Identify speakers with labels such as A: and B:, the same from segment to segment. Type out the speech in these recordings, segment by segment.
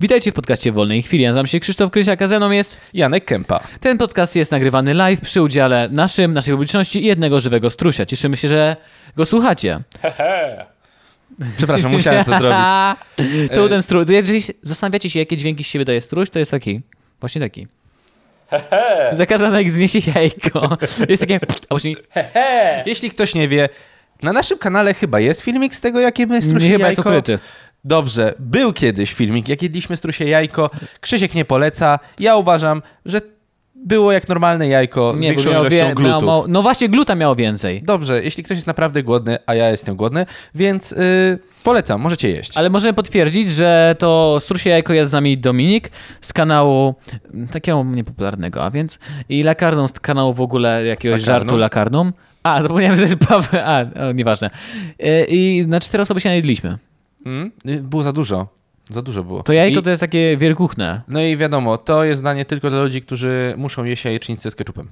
A: Witajcie w podcaście Wolnej Chwili. Ja nazywam się Krzysztof Krysiak, a ze mną jest...
B: Janek Kępa.
A: Ten podcast jest nagrywany live przy udziale naszym, naszej publiczności i jednego żywego strusia. Cieszymy się, że go słuchacie.
B: Przepraszam, musiałem to zrobić. E-
A: to był ten struś. Jeżeli zastanawiacie się, jakie dźwięki z siebie daje struś, to jest taki. Właśnie taki. Za każdym razem, jak zniesie jajko, jest takie... A później...
B: Jeśli ktoś nie wie, na naszym kanale chyba jest filmik z tego, jakie my strusie
A: Nie, chyba jest
B: jajko...
A: ukryty.
B: Dobrze, był kiedyś filmik, jak jedliśmy strusie jajko. Krzysiek nie poleca. Ja uważam, że było jak normalne jajko z
A: Nie, bo
B: większą
A: miał,
B: ilością
A: wie, miał,
B: glutów.
A: mało- No właśnie, gluta miało więcej.
B: Dobrze, jeśli ktoś jest naprawdę głodny, a ja jestem głodny, więc y, polecam, możecie jeść.
A: Ale możemy potwierdzić, że to strusie jajko jest z nami Dominik z kanału mm, takiego niepopularnego, a więc i lakarną z kanału w ogóle jakiegoś
B: Lakarnum?
A: żartu lakarną. A, zapomniałem, że jest Paweł, a, o, nieważne. Y, I na cztery osoby się najedliśmy.
B: Mm? Y, Było za dużo. Za dużo było.
A: To jajko
B: I,
A: to jest takie wielkuchne.
B: No i wiadomo, to jest danie tylko dla ludzi, którzy muszą jeść jajecznicę z keczupem.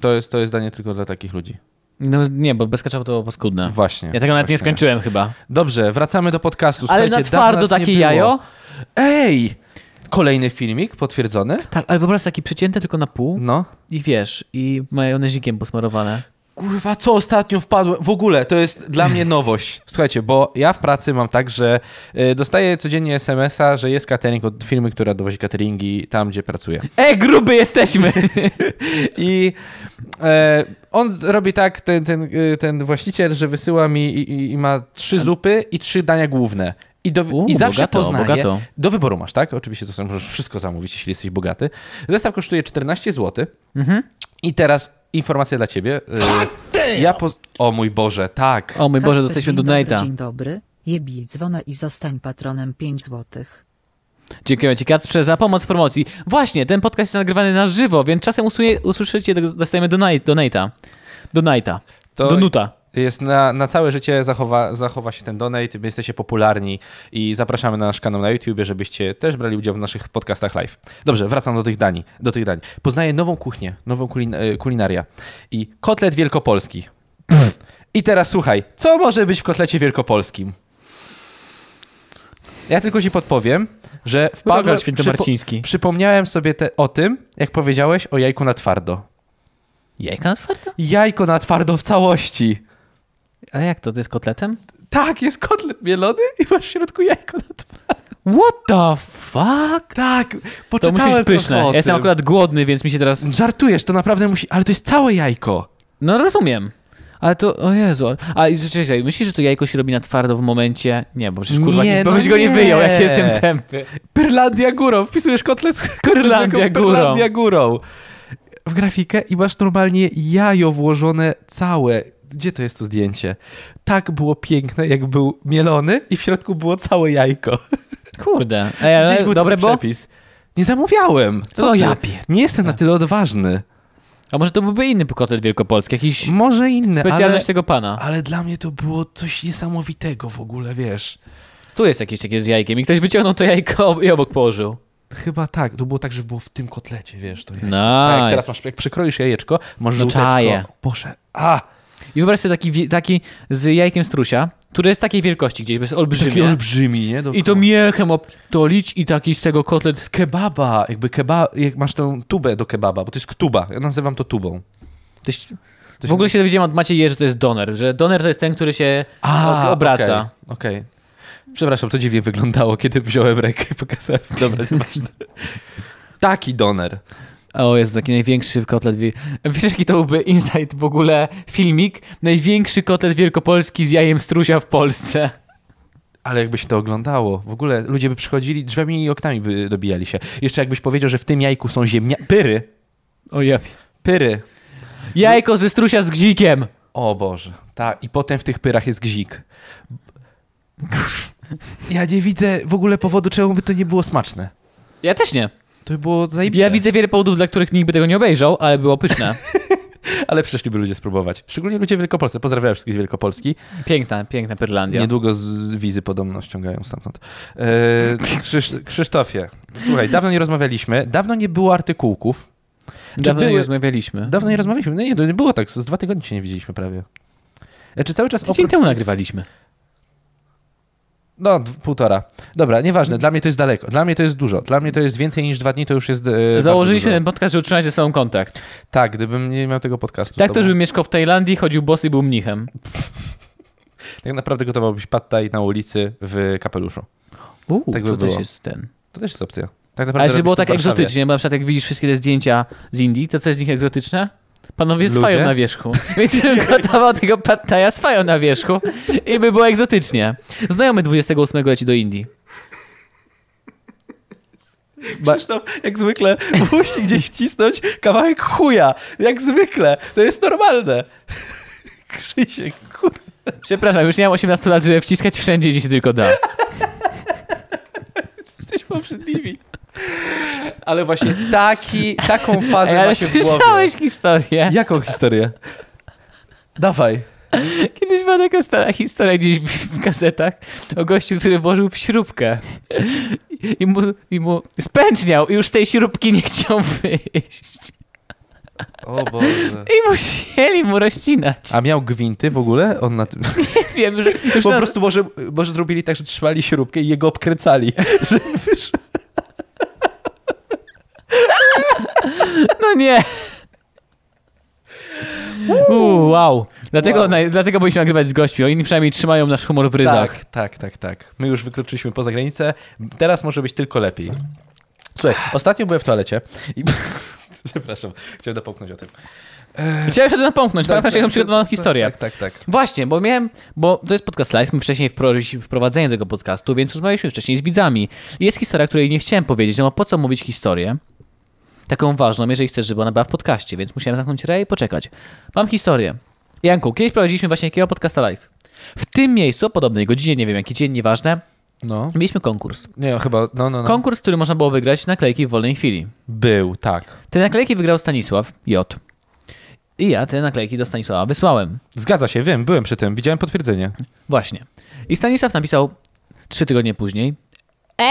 B: To jest, to jest danie tylko dla takich ludzi.
A: No nie, bo bez kaczapu to było paskudne.
B: Właśnie.
A: Ja tego nawet nie
B: właśnie.
A: skończyłem chyba.
B: Dobrze, wracamy do podcastu.
A: Ale na
B: Słuchajcie, dawno
A: twardo
B: nas nie
A: takie
B: było.
A: jajo.
B: Ej! Kolejny filmik potwierdzony.
A: Tak, ale wyobraź taki przecięte tylko na pół
B: No.
A: i wiesz, i majonezikiem posmarowane.
B: Kurwa, co ostatnio wpadłem? W ogóle, to jest dla mnie nowość. Słuchajcie, bo ja w pracy mam tak, że y, dostaję codziennie SMS-a, że jest catering od firmy, która dowozi cateringi tam, gdzie pracuję.
A: E, gruby jesteśmy!
B: I e, on robi tak, ten, ten, y, ten właściciel, że wysyła mi i, i, i ma trzy zupy i trzy dania główne. I, do,
A: U,
B: I zawsze
A: bogato,
B: poznaje.
A: bogato.
B: Do wyboru masz, tak? Oczywiście to sobie możesz wszystko zamówić, jeśli jesteś bogaty. Zestaw kosztuje 14 zł.
A: Mhm.
B: I teraz informacja dla ciebie. Y, ja po... O mój Boże, tak.
A: O mój Boże,
C: Kasper,
A: dostaliśmy
C: dzień
A: do
C: dobry,
A: Nate'a.
C: Dzień dobry, jebij dzwona i zostań patronem 5 złotych.
A: Dziękujemy Ci, Kacprze, za pomoc w promocji. Właśnie, ten podcast jest nagrywany na żywo, więc czasem usłynie, usłyszycie, do- dostajemy donaj- donata. Donata.
B: To-
A: Donuta.
B: Jest na, na całe życie zachowa, zachowa się ten donate, wy jesteście popularni i zapraszamy na nasz kanał na YouTube, żebyście też brali udział w naszych podcastach live. Dobrze, wracam do tych dań. Do tych dań. Poznaję nową kuchnię, nową kulin, e, kulinaria i kotlet wielkopolski. I teraz słuchaj, co może być w kotlecie wielkopolskim? Ja tylko ci podpowiem, że w
A: Bogacz świętomarciński.
B: przypomniałem sobie te, o tym, jak powiedziałeś o jajku na twardo.
A: Jajka na twardo?
B: Jajko na twardo w całości.
A: A jak to, to jest kotletem?
B: Tak, jest kotlet mielony i masz w środku jajko na twarzy.
A: What the fuck?
B: Tak,
A: To
B: poczytałem
A: musi być pyszne.
B: trochę o
A: Ja Jestem
B: tym.
A: akurat głodny, więc mi się teraz...
B: Żartujesz, to naprawdę musi... Ale to jest całe jajko.
A: No rozumiem. Ale to, o Jezu. A i czekaj, myślisz, że to jajko się robi na twardo w momencie? Nie, bo przecież kurwa,
B: Nie,
A: nie,
B: no
A: bo byś go nie
B: nie.
A: wyjął, jak jestem tępy.
B: Pyrlandia górą. Wpisujesz kotlet z
A: Pyrlandia górą.
B: Pyrlandia górą. W grafikę i masz normalnie jajo włożone całe. Gdzie to jest to zdjęcie? Tak było piękne, jak był mielony i w środku było całe jajko.
A: Kurde. Ej,
B: Gdzieś
A: ale
B: był
A: dobre
B: taki
A: było?
B: przepis. Nie zamawiałem.
A: Co
B: ty?
A: ja pier-
B: Nie jestem na tyle odważny.
A: A może to byłby inny kotlet wielkopolski, jakiś
B: Może inne, ale...
A: specjalność tego pana.
B: Ale dla mnie to było coś niesamowitego w ogóle, wiesz.
A: Tu jest jakieś takie z jajkiem i ktoś wyciągnął to jajko ob- i obok położył.
B: Chyba tak, to było tak, że było w tym kotlecie, wiesz, to jajko.
A: Mm. Nice.
B: Tak, jak teraz masz, jak przykroisz jajeczko, masz
A: No
B: żółteczko.
A: czaję.
B: Boże, a,
A: I wyobraź sobie taki, wie- taki z jajkiem strusia, który jest takiej wielkości gdzieś, bo jest
B: taki
A: olbrzymie.
B: olbrzymi, nie?
A: I to miechem obtolić i taki z tego kotlet z...
B: kebaba, jakby kebab, jak masz tę tubę do kebaba, bo to jest tuba, ja nazywam to tubą.
A: To się-
B: To
A: W ogóle się dowiedziałem od Macieja, że to jest doner, że doner to jest ten, który się
B: a,
A: ob- obraca.
B: Okej, okej. Przepraszam, to dziwnie wyglądało, kiedy wziąłem rękę i pokazałem. Dobra, nieważne. Taki doner.
A: O Jezu, taki największy kotlet. wi- Wiesz, jaki to byłby insight w ogóle filmik? Największy kotlet wielkopolski z jajem strusia w Polsce.
B: Ale jakby się to oglądało. W ogóle ludzie by przychodzili, drzwiami i oknami by dobijali się. Jeszcze jakbyś powiedział, że w tym jajku są ziemnia... Pyry!
A: O ja.
B: Pyry!
A: Jajko ze strusia z gzikiem.
B: O Boże. Tak, i potem w tych pyrach jest gzik. Ja nie widzę w ogóle powodu, czemu by to nie było smaczne.
A: Ja też nie.
B: To by było zajebiste.
A: Ja widzę wiele powodów, dla których nikt by tego nie obejrzał, ale było pyszne.
B: Ale przyszliby ludzie spróbować. Szczególnie ludzie w Wielkopolsce. Pozdrawiam wszystkich z Wielkopolski.
A: Piękna, piękna Pyrlandia.
B: Niedługo z- z wizy podobno ściągają stamtąd. E, Krzysz, Krzysztofie, słuchaj, dawno nie rozmawialiśmy, dawno nie było artykułków.
A: Dawno
B: były-
A: nie rozmawialiśmy.
B: Dawno nie rozmawialiśmy. No nie, to nie było tak. Z dwa E,
A: E,
B: tygodnie się nie widzieliśmy prawie. Czy cały czas
A: Tydzień temu nagrywaliśmy.
B: No, d- półtora. Dobra, nieważne, dla mnie to jest daleko, dla mnie to jest dużo, dla mnie to jest więcej niż dwa dni, to już jest. e, bardzo
A: Założyliśmy
B: dużo.
A: ten podcast, żeby utrzymać ze sobą kontakt.
B: Tak, gdybym nie miał tego podcastu. z
A: Tak
B: tobą.
A: też bym mieszkał w Tajlandii, chodził bosy i był mnichem.
B: Tak naprawdę gotowałbyś pad thai na ulicy w kapeluszu.
A: Uuu,
B: Tak by
A: to też
B: było.
A: jest ten.
B: To też jest opcja. Tak naprawdę
A: Ale żeby
B: robisz
A: było
B: to w
A: tak
B: Warszawie.
A: egzotycznie, bo na przykład jak widzisz wszystkie te zdjęcia z Indii, to co jest z nich egzotyczne? Panowie
B: Ludzie?
A: swają na wierzchu. Więc bym gotował tego pattaja swają na wierzchu i by było egzotycznie. Znajomy 28 leci do Indii. Ba-
B: Krzysztof, jak zwykle, musi gdzieś wcisnąć kawałek chuja. Jak zwykle. To jest normalne. Krzysiek, kurde.
A: Przepraszam, już nie mam 18 lat, żeby wciskać wszędzie, gdzie się tylko da.
B: Jesteśmy obrzydliwi. Ale właśnie taki, taką fazę
A: Ej, ale
B: ma się w głowie.
A: słyszałeś historię?
B: Jaką historię? Dawaj.
A: Kiedyś była taka stara historia gdzieś w, w gazetach o gościu, który włożył w śrubkę i mu, i mu spęczniał i już z tej śrubki nie chciał wyjść.
B: O Boże.
A: I musieli mu rozcinać.
B: A miał gwinty w ogóle? On na tym...
A: Wiem, że już
B: Po
A: nas-
B: prostu może, może zrobili tak, że trzymali śrubkę i jego obkręcali.
A: Tak. No nie. Uuu, wow. Dlatego,
B: Wow.
A: Naj, dlatego powinniśmy nagrywać z gośćmi. Oni przynajmniej trzymają nasz humor w ryzach.
B: Tak, tak, tak, tak. My już wykroczyliśmy poza granicę. Teraz może być tylko lepiej. Słuchaj, ostatnio byłem w toalecie i... Przepraszam, chciałem dopomknąć o tym.
A: Chciałem się to napomknąć, pamiętasz jaką przygotowaną
B: tak,
A: historię.
B: Tak, tak, tak.
A: Właśnie, bo miałem, bo to jest podcast live, my wcześniej wprowadziliśmy wprowadzenie tego podcastu, więc rozmawialiśmy wcześniej z widzami. Jest historia, której nie chciałem powiedzieć, no bo po co mówić historię? Taką ważną, jeżeli chcesz, żeby ona była w podcaście, więc musiałem zamknąć rej i poczekać. Mam historię. Janku, kiedyś prowadziliśmy właśnie jakiego podcasta live. W tym miejscu, o podobnej godzinie, nie wiem jaki dzień, nieważne,
B: No.
A: mieliśmy konkurs.
B: Nie, chyba, no, no, no.
A: Konkurs, który można było wygrać naklejki w wolnej chwili.
B: Był, tak.
A: Te naklejki wygrał Stanisław J. I ja te naklejki do Stanisława wysłałem.
B: Zgadza się, wiem, byłem przy tym, widziałem potwierdzenie.
A: Właśnie. I Stanisław napisał trzy tygodnie później. E!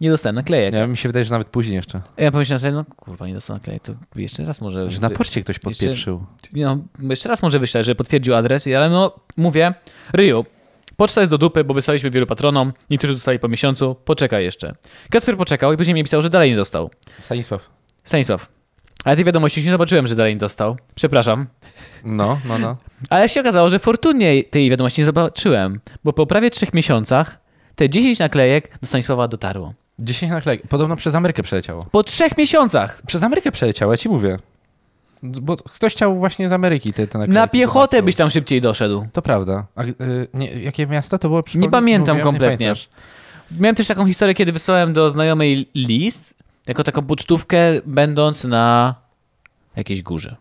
A: Nie dostałem naklejek.
B: Ja, mi się wydaje, że nawet później jeszcze.
A: A Ja pomyślałem sobie, no kurwa, nie dostałem naklejek, to jeszcze raz może...
B: Że na poczcie ktoś podpieprzył.
A: no, jeszcze raz może wyślę, że potwierdził adres, i- ale no mówię, Ryju, poczta jest do dupy, bo wysłaliśmy wielu patronom, niektórzy dostali po miesiącu, poczekaj jeszcze. Kacper poczekał i później mi pisał, że dalej nie dostał.
B: Stanisław.
A: Stanisław, ale tej wiadomości już nie zobaczyłem, że dalej nie dostał. Przepraszam.
B: No, no, no.
A: Ale się okazało, że fortunnie tej wiadomości nie zobaczyłem, bo po prawie trzech miesiącach te 10 naklejek do Stanisława dotarło.
B: 10 naklejek. Podobno przez Amerykę przeleciało.
A: Po trzech miesiącach!
B: Przez Amerykę przeleciało, ja ci mówię. Bo ktoś chciał właśnie z Ameryki te, te naklejki.
A: Na piechotę
B: zobaczył.
A: byś tam szybciej doszedł.
B: To prawda. A, y, nie, jakie miasto to było? Przypomnij-
A: Nie pamiętam
B: mówiłem,
A: kompletnie.
B: pamiętasz.
A: Miałem też taką historię, kiedy wysłałem do znajomej list, jako taką pocztówkę, będąc na jakiejś górze.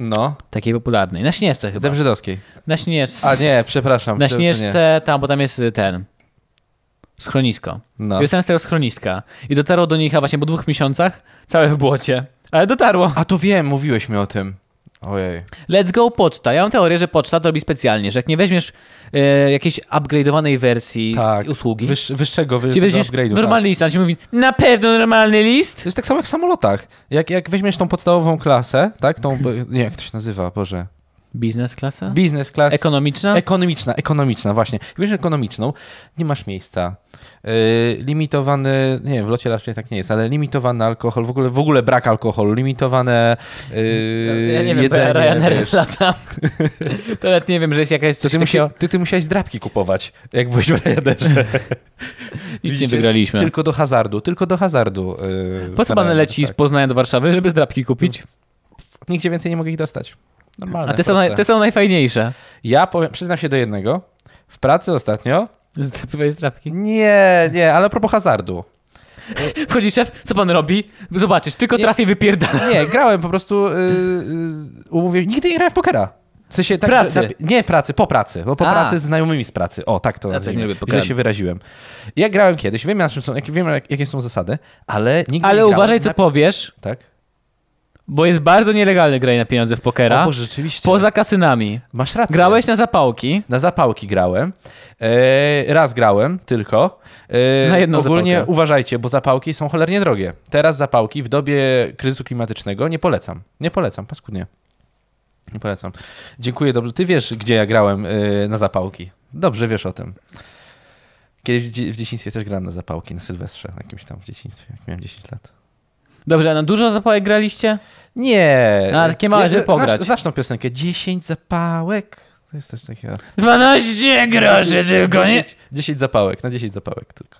B: no,
A: Takiej popularnej. Na Śnieżce chyba.
B: Zebrzydowskiej.
A: Na Śnieżce.
B: A nie, przepraszam.
A: Na
B: to- to nie.
A: Śnieżce, tam, bo tam jest y, ten... Schronisko.
B: No.
A: I Wysłałem z tego schroniska. I dotarło do nich, a właśnie po dwóch miesiącach, całe w błocie. Ale dotarło.
B: A to wiem, mówiłeś mi o tym. Ojej.
A: Let's go poczta. Ja mam teorię, że poczta to robi specjalnie, że jak nie weźmiesz e, jakiejś upgrade'owanej wersji
B: Tak.
A: usługi,
B: Wyż, wyższego, wy,
A: czy
B: tego
A: weźmiesz
B: upgrade'u.
A: normalny list, a on ci mówi, na pewno normalny
B: Tak.
A: list?
B: To jest tak samo jak w samolotach. Jak, jak weźmiesz tą podstawową klasę, tak? Tą, nie, jak to się nazywa, Boże.
A: Biznes klasa?
B: Biznes class.
A: Ekonomiczna?
B: Ekonomiczna, ekonomiczna, właśnie. Jak bierzesz ekonomiczną, nie masz miejsca. Yy, limitowany, nie wiem, w locie raczej tak nie jest, ale limitowany alkohol, w ogóle, w ogóle brak alkoholu, limitowane yy,
A: ja nie wiem,
B: jedzenie.
A: jedzenie, Ryanair
B: wiesz.
A: latam. to nawet nie wiem, że jest jakaś
B: To
A: coś
B: ty, musi,
A: takiego.
B: ty, ty musiałeś zdrapki kupować, jak byłeś w Ryanairze.
A: Nic nie
B: Widzicie?
A: wygraliśmy.
B: Tylko do hazardu, tylko do hazardu. yy,
A: Tak. Po co pan
B: Ryanair,
A: leci z
B: tak.
A: Poznania do Warszawy, żeby zdrabki kupić?
B: Nigdzie więcej nie mogę ich dostać. Normalne,
A: A te są,
B: proste.
A: naj, te są najfajniejsze.
B: Ja powiem, przyznam się do jednego. W pracy ostatnio...
A: Zdrapywać zdrabki.
B: Nie, nie, ale a propos hazardu.
A: Wchodzi szef, co pan robi? Zobaczysz, tylko
B: Nie.
A: trafi wypierdala.
B: Nie, grałem po prostu. Yy, yy, umówię, nigdy nie grałem w pokera. W sensie tak,
A: Pracy.
B: że- nie w pracy, po pracy. Bo po
A: A.
B: pracy z znajomymi z pracy. O, tak to
A: Ja też nie
B: nazwijmy.
A: lubię pokera.
B: Źle się wyraziłem. Ja grałem kiedyś, wiem, na czym są, jak, wiem jak, jakie są zasady, ale nigdy nie
A: Ale
B: grałem
A: uważaj, co
B: na...
A: powiesz.
B: Tak?
A: Bo jest bardzo nielegalne granie na pieniądze w pokera.
B: O, Boże, rzeczywiście.
A: poza kasynami.
B: Masz rację.
A: Grałeś na zapałki.
B: Na zapałki grałem. E, raz grałem tylko. E,
A: Na jedną
B: Ogólnie
A: zapałkę.
B: uważajcie, bo zapałki są cholernie drogie. Teraz zapałki w dobie kryzysu klimatycznego nie polecam. Nie polecam, paskudnie. Nie polecam. Dziękuję, dobrze. Ty wiesz, gdzie ja grałem e, na zapałki. Dobrze wiesz o tym. Kiedyś w, dzie- w dzieciństwie też grałem na zapałki, na Sylwestrze, jakimś tam w dzieciństwie, jak miałem 10 lat.
A: Dobrze, a na dużo zapałek graliście?
B: Nie.
A: A, No, takie małe,
B: Nie,
A: żeby pograć.
B: Znasz, znasz tą piosenkę? 10 zapałek. To jest też takiego.
A: 12 groszy tylko, nie?
B: 10, 10 zapałek, na 10 zapałek tylko.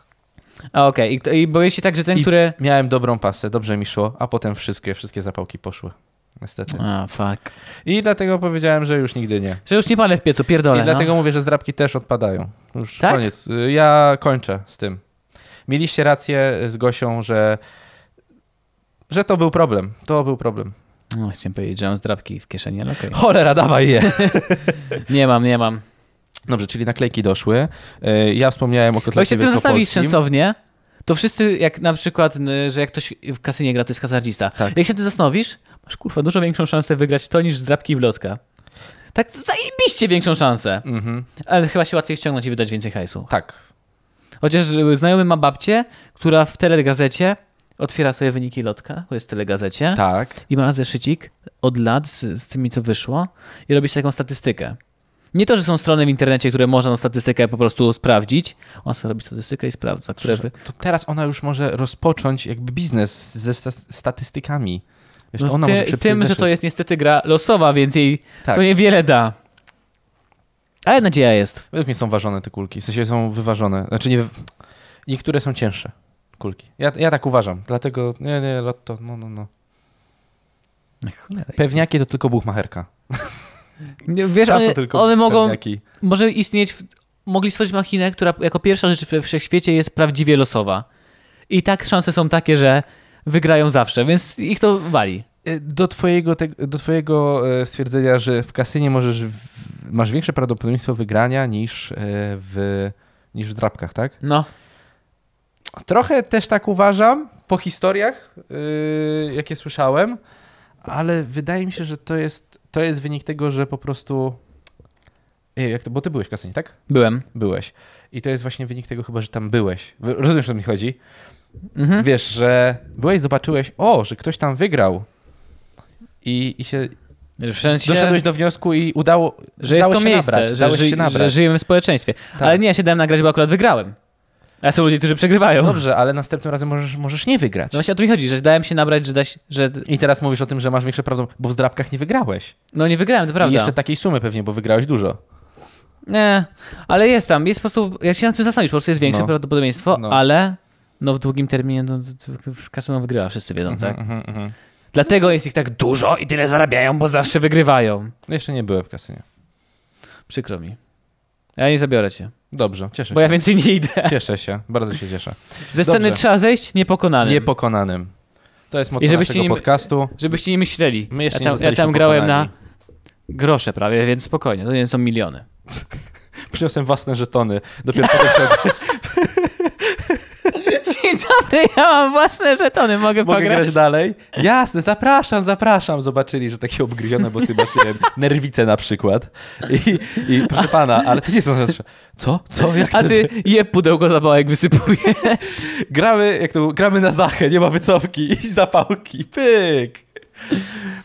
A: A okej, I, kto- i boję się tak, że ten,
B: I-
A: który...
B: Miałem dobrą pasę, dobrze mi szło, a potem wszystkie, wszystkie zapałki poszły. Niestety.
A: A, fuck.
B: I dlatego powiedziałem, że już nigdy nie.
A: Że już nie palę w piecu,
B: I
A: pierdolę, no.
B: dlatego mówię, że zdrabki też odpadają. Już
A: Tak?
B: koniec. Y, Ja kończę z tym. Mieliście rację z Gosią, że, że to był problem. To był problem.
A: No, chciałem powiedzieć, że mam zdrabki w kieszeni, ale okej.
B: Cholera, dawaj je!
A: Nie mam, nie mam.
B: Dobrze, czyli naklejki doszły. E, Ja wspomniałem
A: Bo
B: o kotlecie
A: się tym zostawić
B: wielkopolskim.
A: sensownie, to wszyscy, jak na przykład, n- że jak ktoś w kasynie gra, to jest hazardzista.
B: Tak.
A: Jak się ty zastanowisz, masz kurwa dużo większą szansę wygrać to niż zdrabki i wlotka. Tak zajebiście większą szansę.
B: Mhm.
A: Ale chyba się łatwiej wciągnąć i wydać więcej hajsu.
B: Tak.
A: Chociaż y, znajomy ma babcię, która w telegazecie otwiera sobie wyniki lotka, bo jest w telegazecie.
B: Tak.
A: i ma zeszycik od lat z, z tymi, co wyszło i robi sobie taką statystykę. Nie to, że są strony w internecie, które można tą statystykę po prostu sprawdzić. On sobie robi statystykę i sprawdza, które wy...
B: To teraz ona już może rozpocząć jakby biznes ze sta statystykami. Wiesz, to
A: No,
B: ona
A: z, ty-
B: może
A: z
B: przepisać
A: tym, że
B: zeszyt.
A: to jest niestety gra losowa, więc jej
B: Tak.
A: to niewiele da. Ale nadzieja jest.
B: Według mnie są ważone te kulki. W sensie są wyważone. Znaczy nie... wy- Niektóre są cięższe kulki. Ja, ja tak uważam. Dlatego nie, nie, lotto, no, no, no. Pewniaki to tylko buchmacherka.
A: Nie, Wiesz,
B: Tam są
A: one, one mogą...
B: Pewniaki.
A: Może istnieć... W, mogli stworzyć machinę, która jako pierwsza rzecz we wszechświecie jest prawdziwie losowa. I tak szanse są takie, że wygrają zawsze, więc ich to wali.
B: Y, Do twojego, te, do twojego e, stwierdzenia, że w kasynie możesz, w, masz większe prawdopodobieństwo wygrania niż e, w, niż w drapkach, tak?
A: No.
B: Trochę też tak uważam po historiach, y, jakie słyszałem, ale wydaje mi się, że to jest, to jest wynik tego, że po prostu. Ej, jak to, bo ty byłeś w kasynie, tak?
A: Byłem.
B: Byłeś. I to jest właśnie wynik tego chyba, że tam byłeś. Wy- Rozumiesz, o co mi chodzi?
A: Mhm.
B: Wiesz, że byłeś, zobaczyłeś, o, że ktoś tam wygrał. I, i się,
A: W sensie,
B: doszedłeś do wniosku i udało,
A: że jest
B: dało
A: to
B: się
A: miejsce,
B: nabrać,
A: że,
B: dałeś
A: ży,
B: się nabrać.
A: że żyjemy w społeczeństwie.
B: Tak.
A: Ale nie, ja się dałem nagrać, bo akurat wygrałem. A są ludzie, którzy przegrywają. No
B: Dobrze, ale następnym razem możesz, możesz nie wygrać.
A: właśnie o to mi chodzi, że dałem się nabrać, że da się, że
B: I teraz mówisz o tym, że masz większe prawdopodobieństwo, bo w zdrabkach nie wygrałeś.
A: no nie wygrałem, to
B: I
A: prawda.
B: jeszcze takiej sumy pewnie, bo wygrałeś dużo.
A: Nie, ale jest tam, jest po prostu, jak się nad tym zastanowisz, po prostu jest większe
B: No.
A: prawdopodobieństwo,
B: No.
A: ale no w długim terminie no, w- w- w kasyno wygrywa, wszyscy wiedzą,
B: Mhm,
A: tak? Dlatego jest ich tak dużo i tyle zarabiają, bo zawsze wygrywają.
B: No Jeszcze nie byłem w kasynie.
A: Przykro mi. Ja nie zabiorę cię,
B: Dobrze, cieszę
A: bo
B: się.
A: ja więcej nie idę.
B: Cieszę się, bardzo się cieszę.
A: Ze sceny
B: Dobrze.
A: trzeba zejść niepokonanym.
B: Niepokonanym. To jest motto
A: I żebyście
B: naszego
A: nie-
B: podcastu.
A: Żebyście nie myśleli.
B: My jeszcze
A: ja tam,
B: nie
A: ja
B: zostaliśmy
A: tam grałem na
B: pokonani.
A: grosze prawie, więc spokojnie, to nie są miliony.
B: Przyniosłem własne żetony. Dopiero potem się
A: Dzień dobry, ja mam własne żetony, mogę
B: mogę
A: pograć.
B: grać dalej. Jasne, zapraszam, zapraszam. Zobaczyli, że takie obgryzione, bo ty masz, nie wiem, nerwicę na przykład. I, i proszę pana, ale to nie są rzeczy. Co? Co? Jak to?
A: A ty je pudełko zapałek wysypujesz.
B: Gramy, jak to było? gramy na zachę, nie ma wycofki i zapałki. Pyk!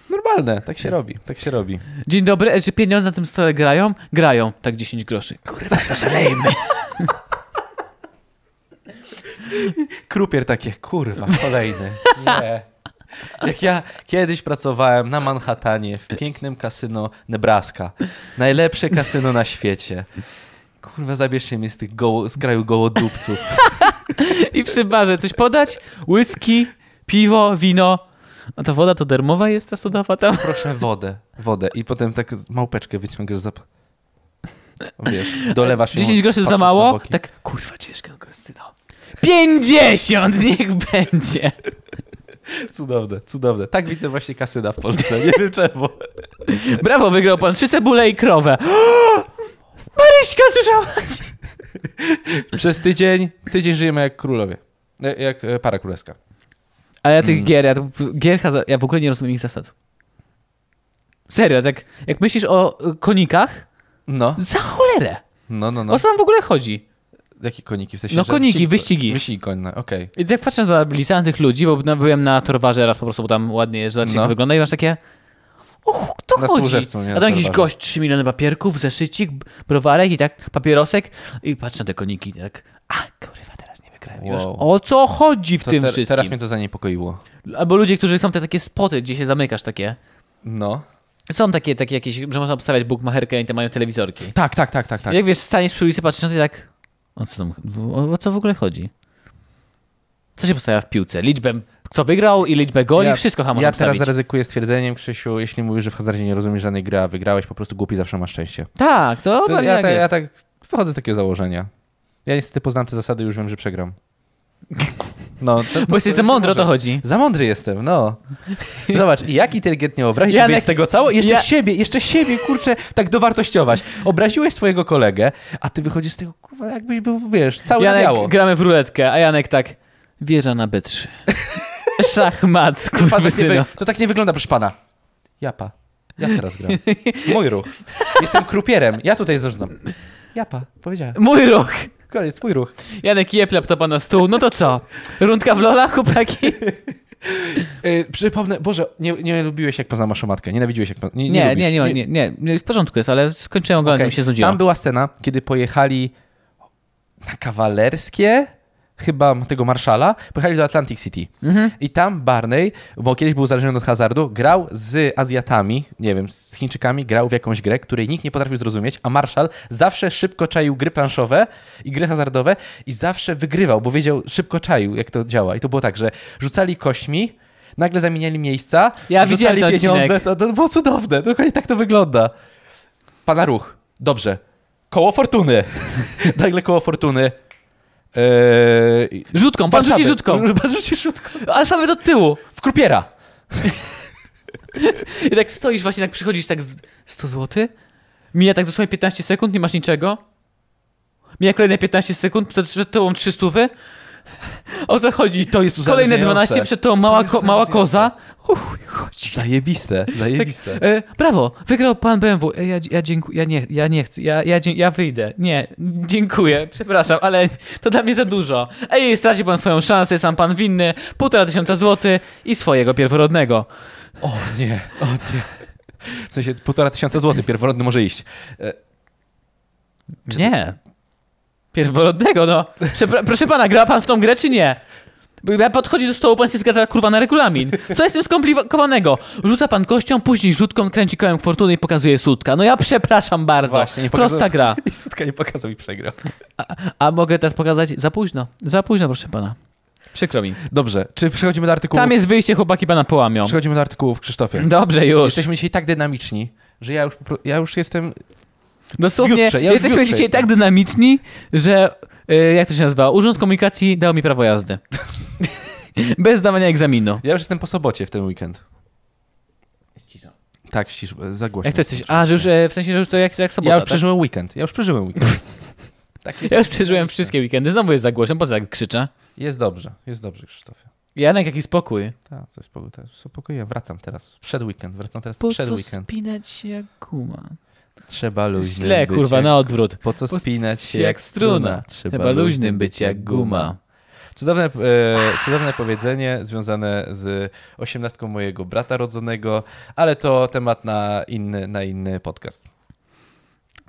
B: Normalne, tak się robi, tak się robi.
A: Dzień dobry, e, czy pieniądze na tym stole grają? Grają, tak 10 groszy. Kurwa, zaszalejmy.
B: Krupier takie, kurwa, kolejny. Nie. Jak ja kiedyś pracowałem na Manhattanie w pięknym kasyno Nebraska. Najlepsze kasyno na świecie. Kurwa, zabierzcie mnie z tych goło, z kraju gołodupców.
A: I przy barze coś podać? Whisky, piwo, wino. A ta woda to darmowa jest, ta sodowa tam?
B: Proszę wodę, wodę. I potem tak małpeczkę wyciągasz za... Wiesz, dolewasz ją,
A: 10 groszy za
B: patrząc na
A: mało?
B: boki.
A: Tak, kurwa, ciężko kasyno. 50, niech będzie.
B: Cudowne, cudowne. Tak widzę właśnie kasyna w Polsce. Nie wiem czemu.
A: Brawo, wygrał pan trzy cebule i krowę. Maryśka, słyszałaś?
B: Przez tydzień, tydzień żyjemy jak królowie. E, Jak e, para królewska.
A: Ale ja tych
B: Mm.
A: gier, ja, to- gier, haza- ja w ogóle nie rozumiem ich zasad. Serio, tak jak myślisz o y, konikach,
B: No,
A: za cholerę.
B: no, no.
A: O
B: no.
A: co tam w ogóle chodzi?
B: Jakie koniki? W sensie,
A: No,
B: że
A: koniki,
B: wyścig-
A: wyścigi.
B: Wyścigi konne, okej.
A: I tak patrzę na listę na tych ludzi, bo na- byłem na torwarze raz po prostu, bo tam ładnie jest, zobaczcie jak
B: No.
A: to wygląda i masz takie... Och, kto
B: Na
A: chodzi?
B: Służewcu, nie,
A: A
B: na
A: tam jakiś
B: Torwarze.
A: gość, 3 miliony papierków, zeszycik, b- browarek i tak, papierosek. I patrz na te koniki, tak. a kurwa, teraz nie wygrałem
B: Wow.
A: już. O co chodzi w
B: To
A: tym
B: te-
A: wszystkim?
B: Teraz mnie to zaniepokoiło.
A: Albo ludzie, którzy są te takie spoty, gdzie się zamykasz takie.
B: No.
A: Są takie, takie jakieś, że można obstawiać bukmacherkę i te mają telewizorki.
B: Tak, tak, tak, tak, tak.
A: Jak wiesz, staniesz przy ulicy, patrzysz na to i tak, o co, tam, o, o co w ogóle chodzi? Co się postawia w piłce? Liczbę, kto wygrał i liczbę goli, wszystko chyba można
B: Ja teraz
A: obstawić.
B: zaryzykuję stwierdzeniem, Krzysiu, jeśli mówisz, że w hazardzie nie rozumiesz żadnej gry, a wygrałeś, po prostu głupi zawsze ma szczęście.
A: Tak, to,
B: To
A: pewnie
B: ja,
A: tak
B: ta,
A: jest.
B: ja tak wychodzę z takiego założenia. Ja niestety poznam te zasady już wiem, że przegram. No, to-
A: Bo jesteś
B: to
A: za
B: się
A: mądry, o
B: może.
A: to chodzi.
B: Za mądry jestem, no. Zobacz, jak inteligentnie obrazić
A: Janek-
B: sobie z tego cało, jeszcze
A: Ja-
B: siebie, jeszcze siebie, kurczę, tak dowartościować. Obraziłeś swojego kolegę, a ty wychodzisz z tego, kurwa, jakbyś był, wiesz, cały na biało.
A: Janek, gramy w ruletkę, a Janek tak, wieża na B3. Szachmat,
B: Pan
A: kurwa
B: tak nie wy-
A: syno.
B: To tak nie wygląda, proszę pana. Japa. Ja teraz gram. Mój ruch. Jestem krupierem. Ja tutaj zarządzam. Japa, powiedziałem.
A: Mój ruch.
B: Koniec, mój ruch.
A: Janek jeb laptopa na stół, no to co? Rundka w Lola, chłopaki?
B: Yy, przypomnę, Boże, nie, nie lubiłeś jak poznałam waszą matkę. Nienawidziłeś jak. po- Nie,
A: Nie,
B: lubisz.
A: nie, nie, nie, nie, nie, w porządku jest, ale skończyłem oglądać,
B: Okej.
A: okay. mi się znudziło.
B: Tam była scena, kiedy pojechali na kawalerskie, chyba tego marszala, pojechali do Atlantic City.
A: Mhm.
B: I tam Barney, bo kiedyś był uzależniony od hazardu, grał z Azjatami, nie wiem, z Chińczykami, grał w jakąś grę, której nikt nie potrafił zrozumieć, a marszal zawsze szybko czaił gry planszowe i gry hazardowe i zawsze wygrywał, bo wiedział, szybko czaił, jak to działa. I to było tak, że rzucali kośćmi, nagle zamieniali miejsca,
A: Ja
B: rzucali
A: widziałem ten
B: pieniądze.
A: odcinek.
B: To, to było cudowne, dokładnie tak to wygląda. Pana ruch. Dobrze. Koło fortuny. Nagle koło fortuny. Eee,
A: Rzutką, pan rzuci
B: Warszawy.
A: rzutką.
B: Pan rzuci rzutką.
A: Alfabet od tyłu.
B: W krupiera.
A: I tak stoisz właśnie, tak przychodzisz tak z- 100 zł? Mija tak dosłownie 15 sekund, nie masz niczego? Mija kolejne 15 sekund, przed, przed tobą 300 wy? O co chodzi?
B: to jest
A: Kolejne
B: uzależniające.
A: 12, przed tobą mała,
B: jest
A: ko- mała
B: uzależniające.
A: koza. Uch, chodzi.
B: Zajebiste,
A: Tak,
B: zajebiste.
A: e, brawo, wygrał pan BMW. E, ja, ja dziękuję, ja nie, ja nie chcę, ja, ja, dzie- ja wyjdę. Nie, dziękuję, przepraszam, ale to dla mnie za dużo. Ej, straci pan swoją szansę, jest sam pan winny, półtora tysiąca złotych i swojego pierworodnego.
B: O nie, o nie. W sensie półtora tysiąca złotych, pierworodny może iść. E,
A: Nie. Pierworodnego, no. Przepra- proszę pana, gra pan w tą grę, czy nie? Bo Ja podchodzi do stołu, pan się zgadza kurwa na regulamin. Co jest w tym skomplikowanego? Rzuca pan kością, później rzutką, kręci kołem fortuny i pokazuje sutka. No ja przepraszam bardzo.
B: Właśnie, nie pokazał-
A: Prosta gra.
B: I sutka nie pokazał i przegrał.
A: A mogę teraz pokazać? Za późno. Za późno, proszę pana. Przykro mi.
B: Dobrze, czy przechodzimy do artykułów?
A: Tam jest wyjście, chłopaki pana połamią.
B: Przechodzimy do artykułów, Krzysztofie.
A: Dobrze, już.
B: Jesteśmy dzisiaj tak dynamiczni, że ja już, po pro- ja już jestem
A: Dosłownie
B: Jutrze, ja już
A: jesteśmy
B: jutrze
A: dzisiaj
B: jestem.
A: tak dynamiczni, że y, jak to się nazywa? Urząd Komunikacji dał mi prawo jazdy. Bez dawania egzaminu.
B: Ja już jestem po sobocie w ten weekend. Tak, ścisz, za głośno.
A: Jak to jesteś? A, że już e, w sensie, że już to jak, jak sobota.
B: Ja już
A: tak?
B: przeżyłem weekend. Ja już przeżyłem weekend. tak jest.
A: ja już przeżyłem wszystkie weekendy. Znowu jest za głośno, po co tak krzyczę?
B: Jest dobrze, jest dobrze, Krzysztofie.
A: Janek, jaki spokój.
B: Tak, coś spokój, teraz spokoję. Wracam teraz. Przed weekend, wracam teraz
A: Po
B: przed
A: co
B: weekend.
A: spinać się jak guma?
B: Trzeba luźnym
A: Źle,
B: być
A: kurwa,
B: jak...
A: na odwrót.
B: Po co
A: po-
B: spinać się
A: Jak struna.
B: Trzeba,
A: Chyba luźnym być jak guma.
B: Cudowne, e, cudowne powiedzenie związane z osiemnastką mojego brata rodzonego, ale to temat na inny, na inny podcast.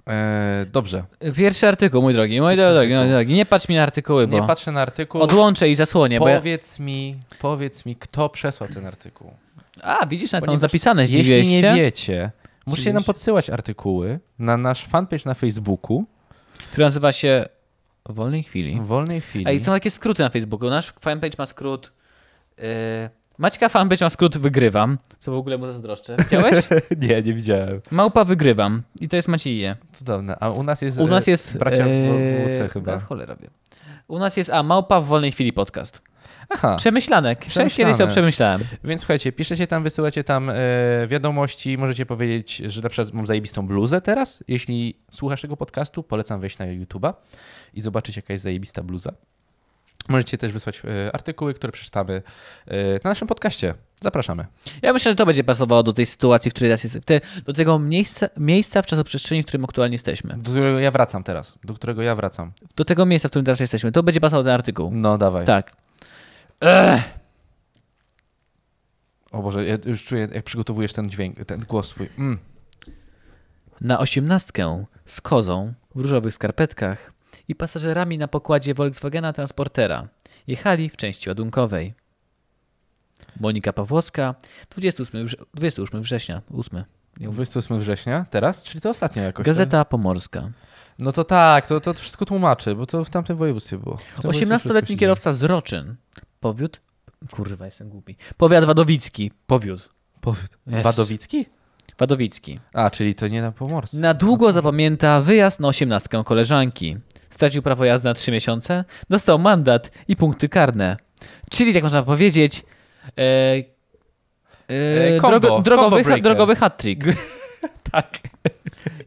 B: E, dobrze.
A: Pierwszy artykuł, mój drogi. Mój
B: Pierwszy
A: drogi, mój
B: artykuł.
A: drogi. Nie patrz mi na artykuły, bo
B: Nie patrzę na artykuł.
A: odłączę i zasłonię. Bo ja...
B: powiedz mi, powiedz mi, kto przesłał ten artykuł.
A: A, widzisz, nawet mam
B: Ponieważ
A: zapisane,
B: Jeśli
A: zdziwiłeś
B: nie
A: się,
B: wiecie, możecie
A: Zdziwiłeś
B: nam
A: się?
B: podsyłać artykuły na nasz fanpage na Facebooku
A: który nazywa się W wolnej chwili.
B: w wolnej chwili.
A: Ej, są takie skróty na Facebooku. Nasz fanpage ma skrót... Yy... Maćka fanpage ma skrót wygrywam, co w ogóle mu zazdroszczę. Widziałeś?
B: nie, nie widziałem.
A: Małpa wygrywam. I to jest Macieje.
B: Cudowne. A u nas jest no.
A: U nas jest.
B: bracia w-
A: e,
B: WC chyba.
A: a, Cholera wie. U nas jest. A, małpa w wolnej chwili podcast.
B: Aha.
A: Przemyślane. Przemyślane. Kiedyś to
B: Przemyślane.
A: przemyślałem.
B: Więc słuchajcie, piszecie tam, wysyłacie tam e, wiadomości, możecie powiedzieć, że na przykład mam zajebistą bluzę teraz. Jeśli słuchasz tego podcastu, polecam wejść na YouTube'a i zobaczyć, jaka jest zajebista bluza. Możecie też wysłać e, artykuły, które przeczytamy e, na naszym podcaście. Zapraszamy.
A: Ja myślę, że to będzie pasowało do tej sytuacji, w której teraz jest. Te, do tego miejsca, miejsca w czasoprzestrzeni, w którym aktualnie jesteśmy.
B: Do którego ja wracam teraz. Do którego ja wracam.
A: Do tego miejsca, w którym teraz jesteśmy. To będzie pasował ten artykuł.
B: No dawaj.
A: Tak. Ech,
B: O Boże, ja już czuję, jak przygotowujesz ten dźwięk, ten głos swój. Mm.
A: na osiemnastkę z kozą w różowych skarpetkach i pasażerami na pokładzie Volkswagena Transportera. Jechali w części ładunkowej. Monika Pawłowska, 28, wrze- 28 września, 8. Nie mówię.
B: 28 września, teraz? Czyli to ostatnio jakoś. tak?
A: Gazeta Pomorska.
B: No to tak, to, to wszystko tłumaczy, bo to w tamtym województwie było. W tym województwie wszystko się
A: 18-letni kierowca z Roczyn powiódł. Kurwa, jestem głupi. Powiat Wadowicki. Powiódł.
B: dzieje. Powiedz.
A: Jest.
B: Wadowicki?
A: Wadowicki.
B: A, czyli to nie na Pomorsku.
A: Na długo zapamięta wyjazd na osiemnastkę koleżanki. Stracił prawo jazdy na 3 miesiące, dostał mandat i punkty karne. Czyli, tak można powiedzieć, e, e,
B: E, combo,
A: drogo,
B: combo
A: drogowy, ha,
B: breaker.
A: drogowy hat-trick. tak.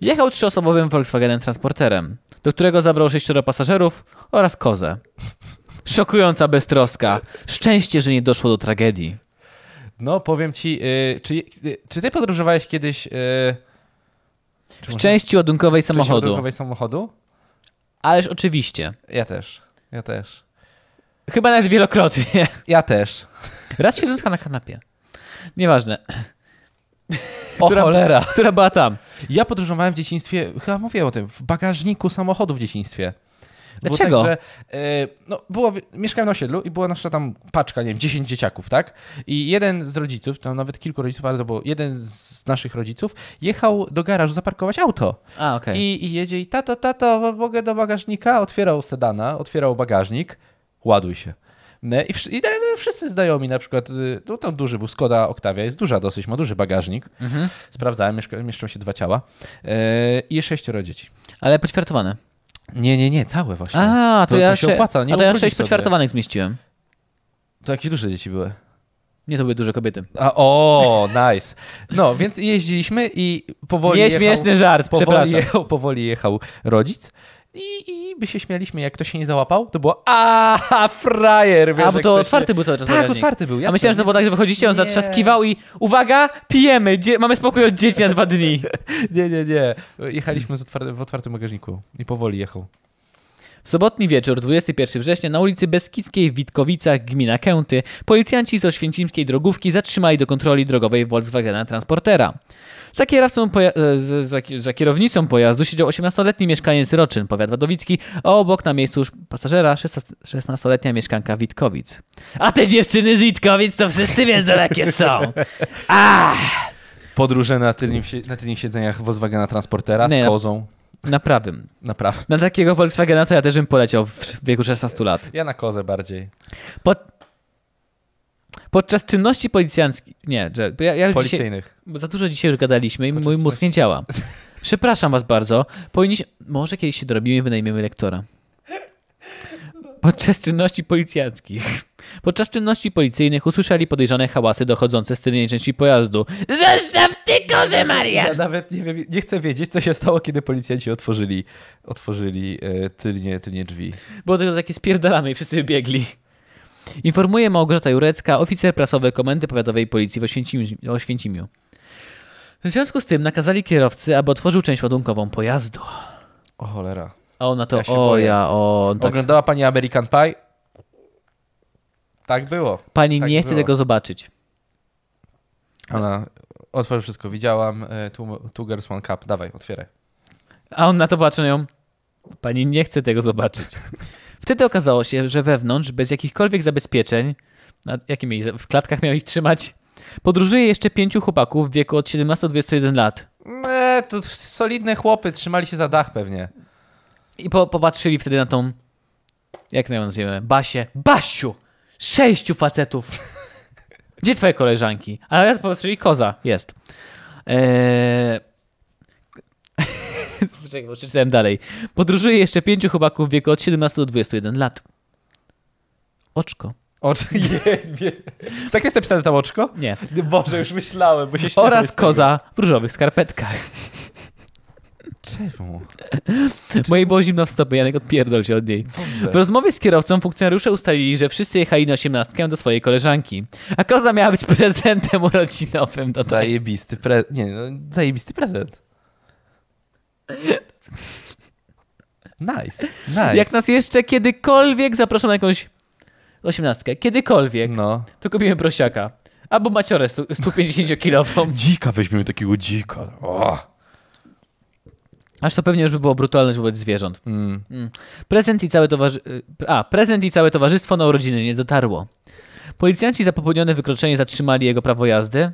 A: Jechał trzyosobowym Volkswagenem transporterem, do którego zabrał sześcioro pasażerów oraz kozę. Szokująca beztroska. Szczęście, że nie doszło do tragedii.
B: No powiem ci, y, czy, y, czy ty podróżowałeś kiedyś... Y,
A: W części ładunkowej samochodu.
B: Części samochodu?
A: Ależ oczywiście.
B: Ja też, ja też.
A: Chyba nawet wielokrotnie.
B: Ja też.
A: Raz się zyska na kanapie. Nieważne.
B: O
A: Która-
B: cholera.
A: Która była tam?
B: Ja podróżowałem w dzieciństwie, chyba mówiłem o tym, w bagażniku samochodu w dzieciństwie. Było
A: Dlaczego?
B: Tak, że, e, no, było, mieszkałem na osiedlu i była nasza tam paczka, nie wiem, 10 dzieciaków, tak? I jeden z rodziców, tam nawet kilku rodziców, ale to był jeden z naszych rodziców, jechał do garażu zaparkować auto.
A: A, okej.
B: I, I jedzie i tato, tato, mo- mogę do bagażnika? Otwierał sedana, otwierał bagażnik, ładuj się. Ne, I, wsz- i da- no, wszyscy znajomi na przykład, y, no tam duży był, Skoda Octavia, jest duża dosyć, ma duży bagażnik.
A: Mhm.
B: Sprawdzałem, mieszka- mieszczą się dwa ciała e, i sześcioro dzieci.
A: Ale poćwiartowane.
B: Nie, nie, nie, całe właśnie.
A: A, to,
B: To-
A: ja
B: to się opłaca, nie
A: A to ja
B: ubrudzisz
A: sześć
B: sobie.
A: poćwiartowanych zmieściłem.
B: To jakieś duże dzieci były.
A: Nie, to były duże kobiety.
B: A, o, nice. No, więc jeździliśmy i powoli
A: Nieśmieszny
B: jechał,
A: żart,
B: powoli
A: przepraszam.
B: jechał, powoli jechał rodzic i, i by się śmialiśmy, jak ktoś się nie załapał, to było a frajer. Wiesz,
A: A, bo
B: jak
A: to
B: ktoś
A: otwarty
B: się...
A: był cały czas
B: Tak,
A: bagażnik.
B: otwarty był, jasne.
A: A myślałem, że to było tak, że wychodzicie, on
B: Nie.
A: zatrzaskiwał i uwaga, pijemy, dzie- mamy spokój od dzieci na dwa dni.
B: Nie, nie, nie. Jechaliśmy z otwarte, w otwartym bagażniku i powoli jechał.
A: W sobotni wieczór, 21 września, na ulicy Beskidzkiej w Witkowicach, gmina Kęty, policjanci z oświęcimskiej drogówki zatrzymali do kontroli drogowej Volkswagena Transportera. Za, kierowcą poja- e, z- za, ki- za kierownicą pojazdu siedział 18-letni mieszkaniec Roczyn, powiat wadowicki, a obok na miejscu już pasażera 16- 16-letnia mieszkanka Witkowic. A te dziewczyny z Witkowic to wszyscy wiedzą, jakie są.
B: Podróże na tylnych, si- na tylnych siedzeniach Volkswagena Transportera
A: Nie,
B: z
A: no.
B: kozą.
A: Na prawym.
B: Naprawdę.
A: Na takiego Volkswagena to ja też bym poleciał w wieku 16 lat.
B: Ja na kozę bardziej.
A: Pod... Podczas czynności policjanckich. Nie, że- ja, ja już dzisiaj,
B: Policyjnych.
A: bo za dużo dzisiaj już gadaliśmy i
B: Podczas
A: mój mózg nie działa. Przepraszam was bardzo. Powinniśmy. Może kiedyś się dorobimy i wynajmiemy lektora. Podczas czynności policjanckich. Podczas czynności policyjnych usłyszeli podejrzane hałasy dochodzące z tylnej części pojazdu. Zostaw ty kozę, Maria!
B: Ja nawet nie, wiem, nie chcę wiedzieć, co się stało, kiedy policjanci otworzyli, otworzyli e, tylnie, tylnie drzwi.
A: Było to takie tak spierdalamy i wszyscy biegli. Informuje Małgorzata Jurecka, oficer prasowy Komendy Powiatowej Policji w Oświęcimiu- Oświęcimiu. W związku z tym nakazali kierowcy, aby otworzył część ładunkową pojazdu.
B: O cholera.
A: A ona to,
B: Ja się
A: o
B: boję.
A: ja, o, tak,
B: Oglądała pani American Pie? Tak było.
A: pani
B: tak
A: nie chce
B: było.
A: tego zobaczyć.
B: Ona otworzy wszystko, widziałam. E, two, two girls, one cup. Dawaj, otwieraj.
A: A on na to patrzy na ją, pani nie chce tego zobaczyć. Wtedy okazało się, że wewnątrz, bez jakichkolwiek zabezpieczeń, na jakim jej, w klatkach miał ich trzymać, podróżuje jeszcze pięciu chłopaków w wieku od 17 do 21 lat.
B: E, to solidne chłopy, trzymali się za dach pewnie.
A: I po, popatrzyli wtedy na tą, jak na ją nazwiemy, Basię. Basiu! Sześciu facetów! Gdzie twoje koleżanki? Ale na to popatrzyli, koza, jest. Eee... Czekaj, bo przeczytałem dalej. Podróżuje jeszcze pięciu chłopaków w wieku od 17 do 21 lat. Oczko.
B: Oczy, jedwie. Tak jest napisane tam oczko?
A: Nie.
B: Boże, już myślałem, bo się śmiałem z
A: Oraz
B: tego.
A: koza w różowych skarpetkach.
B: Czemu?
A: Mojej było zimno w stopy, Janek odpierdol się od niej. W rozmowie z kierowcą funkcjonariusze ustalili, że wszyscy jechali na osiemnastkę do swojej koleżanki, a koza miała być prezentem urodzinowym. tak. Do tej.
B: Zajebisty pre... Nie, no, zajebisty prezent. Nice, nice.
A: Jak nas jeszcze kiedykolwiek zaproszą na jakąś osiemnastkę, kiedykolwiek,
B: No.
A: to kupimy prosiaka. Albo maciorę 150-kilową.
B: Dzika weźmiemy, takiego dzika. O.
A: Aż to pewnie już by było brutalność wobec zwierząt.
B: Mm.
A: Prezent i całe towarzystwo. A, prezent i całe towarzystwo na urodziny nie dotarło. Policjanci za popełnione wykroczenie zatrzymali jego prawo jazdy.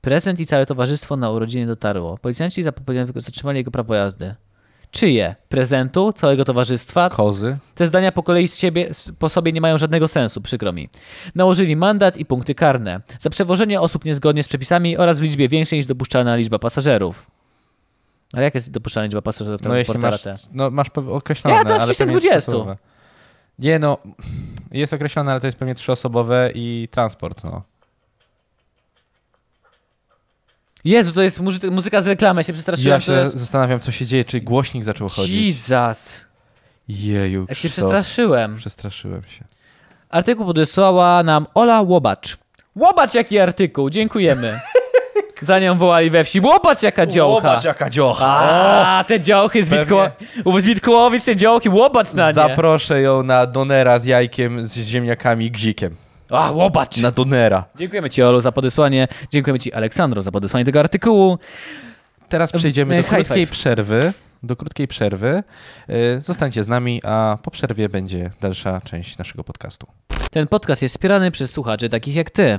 A: Prezent i całe towarzystwo na urodziny dotarło. Policjanci za popełnione wykroczenie zatrzymali jego prawo jazdy. Czyje? Prezentu, całego towarzystwa?
B: No, Kozy.
A: Te zdania po kolei z siebie, s- po sobie nie mają żadnego sensu, przykro mi. Nałożyli mandat i punkty karne za przewożenie osób niezgodnie z przepisami oraz w liczbie większej niż dopuszczalna liczba pasażerów. Ale jaka jest dopuszczalna liczba pasażerów
B: No jeśli
A: transportera
B: masz,
A: T?
B: no, masz pew- określone,
A: Ja tam
B: ale
A: wcisnę
B: pewnie
A: 20.
B: trzyosobowe. Nie no, jest określone, ale to jest pewnie trzyosobowe i transport, no.
A: Jezu, to jest muzy- muzyka z reklamy, ja się przestraszyłem.
B: Ja się
A: to jest...
B: zastanawiam, co się dzieje, czy głośnik zaczął chodzić.
A: Jesus.
B: Jeju,
A: Ja się
B: Krzysztof.
A: przestraszyłem.
B: Przestraszyłem się.
A: Artykuł podesłała nam Ola Łobacz. Łobacz jaki artykuł, dziękujemy. Za nią wołali we wsi. Łobacz jaka działka.
B: Łobacz, jaka dziocha.
A: A, te działki z,
B: Pewnie.
A: Witkoła... z Witkołowic, te działki, łobacz na nie.
B: Zaproszę ją na donera z jajkiem, z ziemniakami i gzikiem.
A: A, łobacz.
B: Na donera.
A: Dziękujemy Ci, Olu, za podesłanie. Dziękujemy Ci, Aleksandro, za podesłanie tego artykułu.
B: Teraz
A: e,
B: przejdziemy do
A: high
B: krótkiej
A: five.
B: przerwy. Do krótkiej przerwy. E, Zostańcie z nami, a po przerwie będzie dalsza część naszego podcastu.
A: Ten podcast jest wspierany przez słuchaczy takich jak Ty.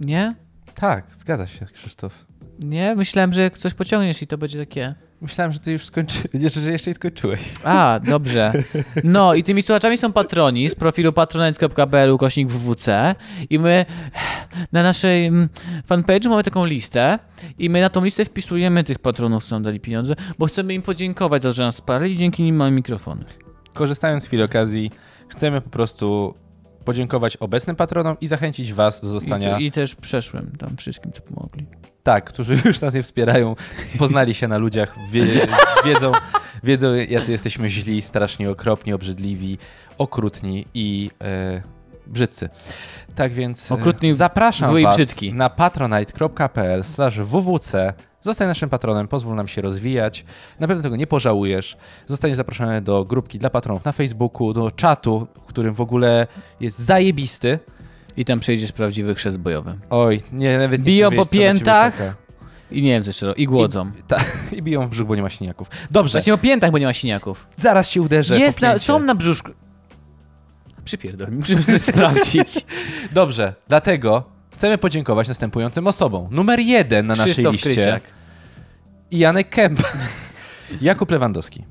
A: Nie?
B: Tak, zgadza się, Krzysztof.
A: Nie? Myślałem, że coś pociągniesz i to będzie takie...
B: Myślałem, że ty już skończyłeś, że jeszcze nie skończyłeś.
A: A, dobrze. No i tymi słuchaczami są patroni z profilu patronite.pl ukośnik wwc i my na naszej mm, fanpage'u mamy taką listę i my na tą listę wpisujemy tych patronów, co nam dali pieniądze, bo chcemy im podziękować za to, że nas wsparli i dzięki nim mamy mikrofony.
B: Korzystając z chwili okazji, chcemy po prostu podziękować obecnym patronom i zachęcić was do zostania...
A: I, I też przeszłem tam wszystkim, co pomogli.
B: Tak, którzy już nas nie wspierają, poznali się na ludziach, wie, wiedzą, wiedzą, jacy jesteśmy źli, strasznie okropni, obrzydliwi, okrutni i e, brzydcy. Tak więc e,
A: Okrutni,
B: zapraszam
A: zły i
B: was
A: brzydki.
B: na patronite.pl wwc. Zostań naszym patronem, pozwól nam się rozwijać. Na pewno tego nie pożałujesz. Zostaniesz zaproszony do grupki dla patronów na Facebooku, do czatu, w którym w ogóle jest zajebisty.
A: I tam przejdziesz prawdziwy chrzest bojowy.
B: Oj, nie, nawet nie
A: Biją
B: chcę wiedzieć,
A: po
B: co na ciebie
A: piętach.
B: czeka.
A: I nie wiem, co jeszcze, ro- i głodzą.
B: I, ta, I biją w brzuch, bo nie ma siniaków. Dobrze,
A: Właśnie o piętach, bo nie ma siniaków.
B: zaraz ci uderzę.
A: Jest
B: po
A: na,
B: pięcie.
A: są na brzuszku. Przypierdol, musimy to sprawdzić.
B: Dobrze, dlatego chcemy podziękować następującym osobom. Numer jeden na naszej
A: Krzysztof
B: liście
A: Krysiak.
B: Janek Kępa, Jakub Lewandowski,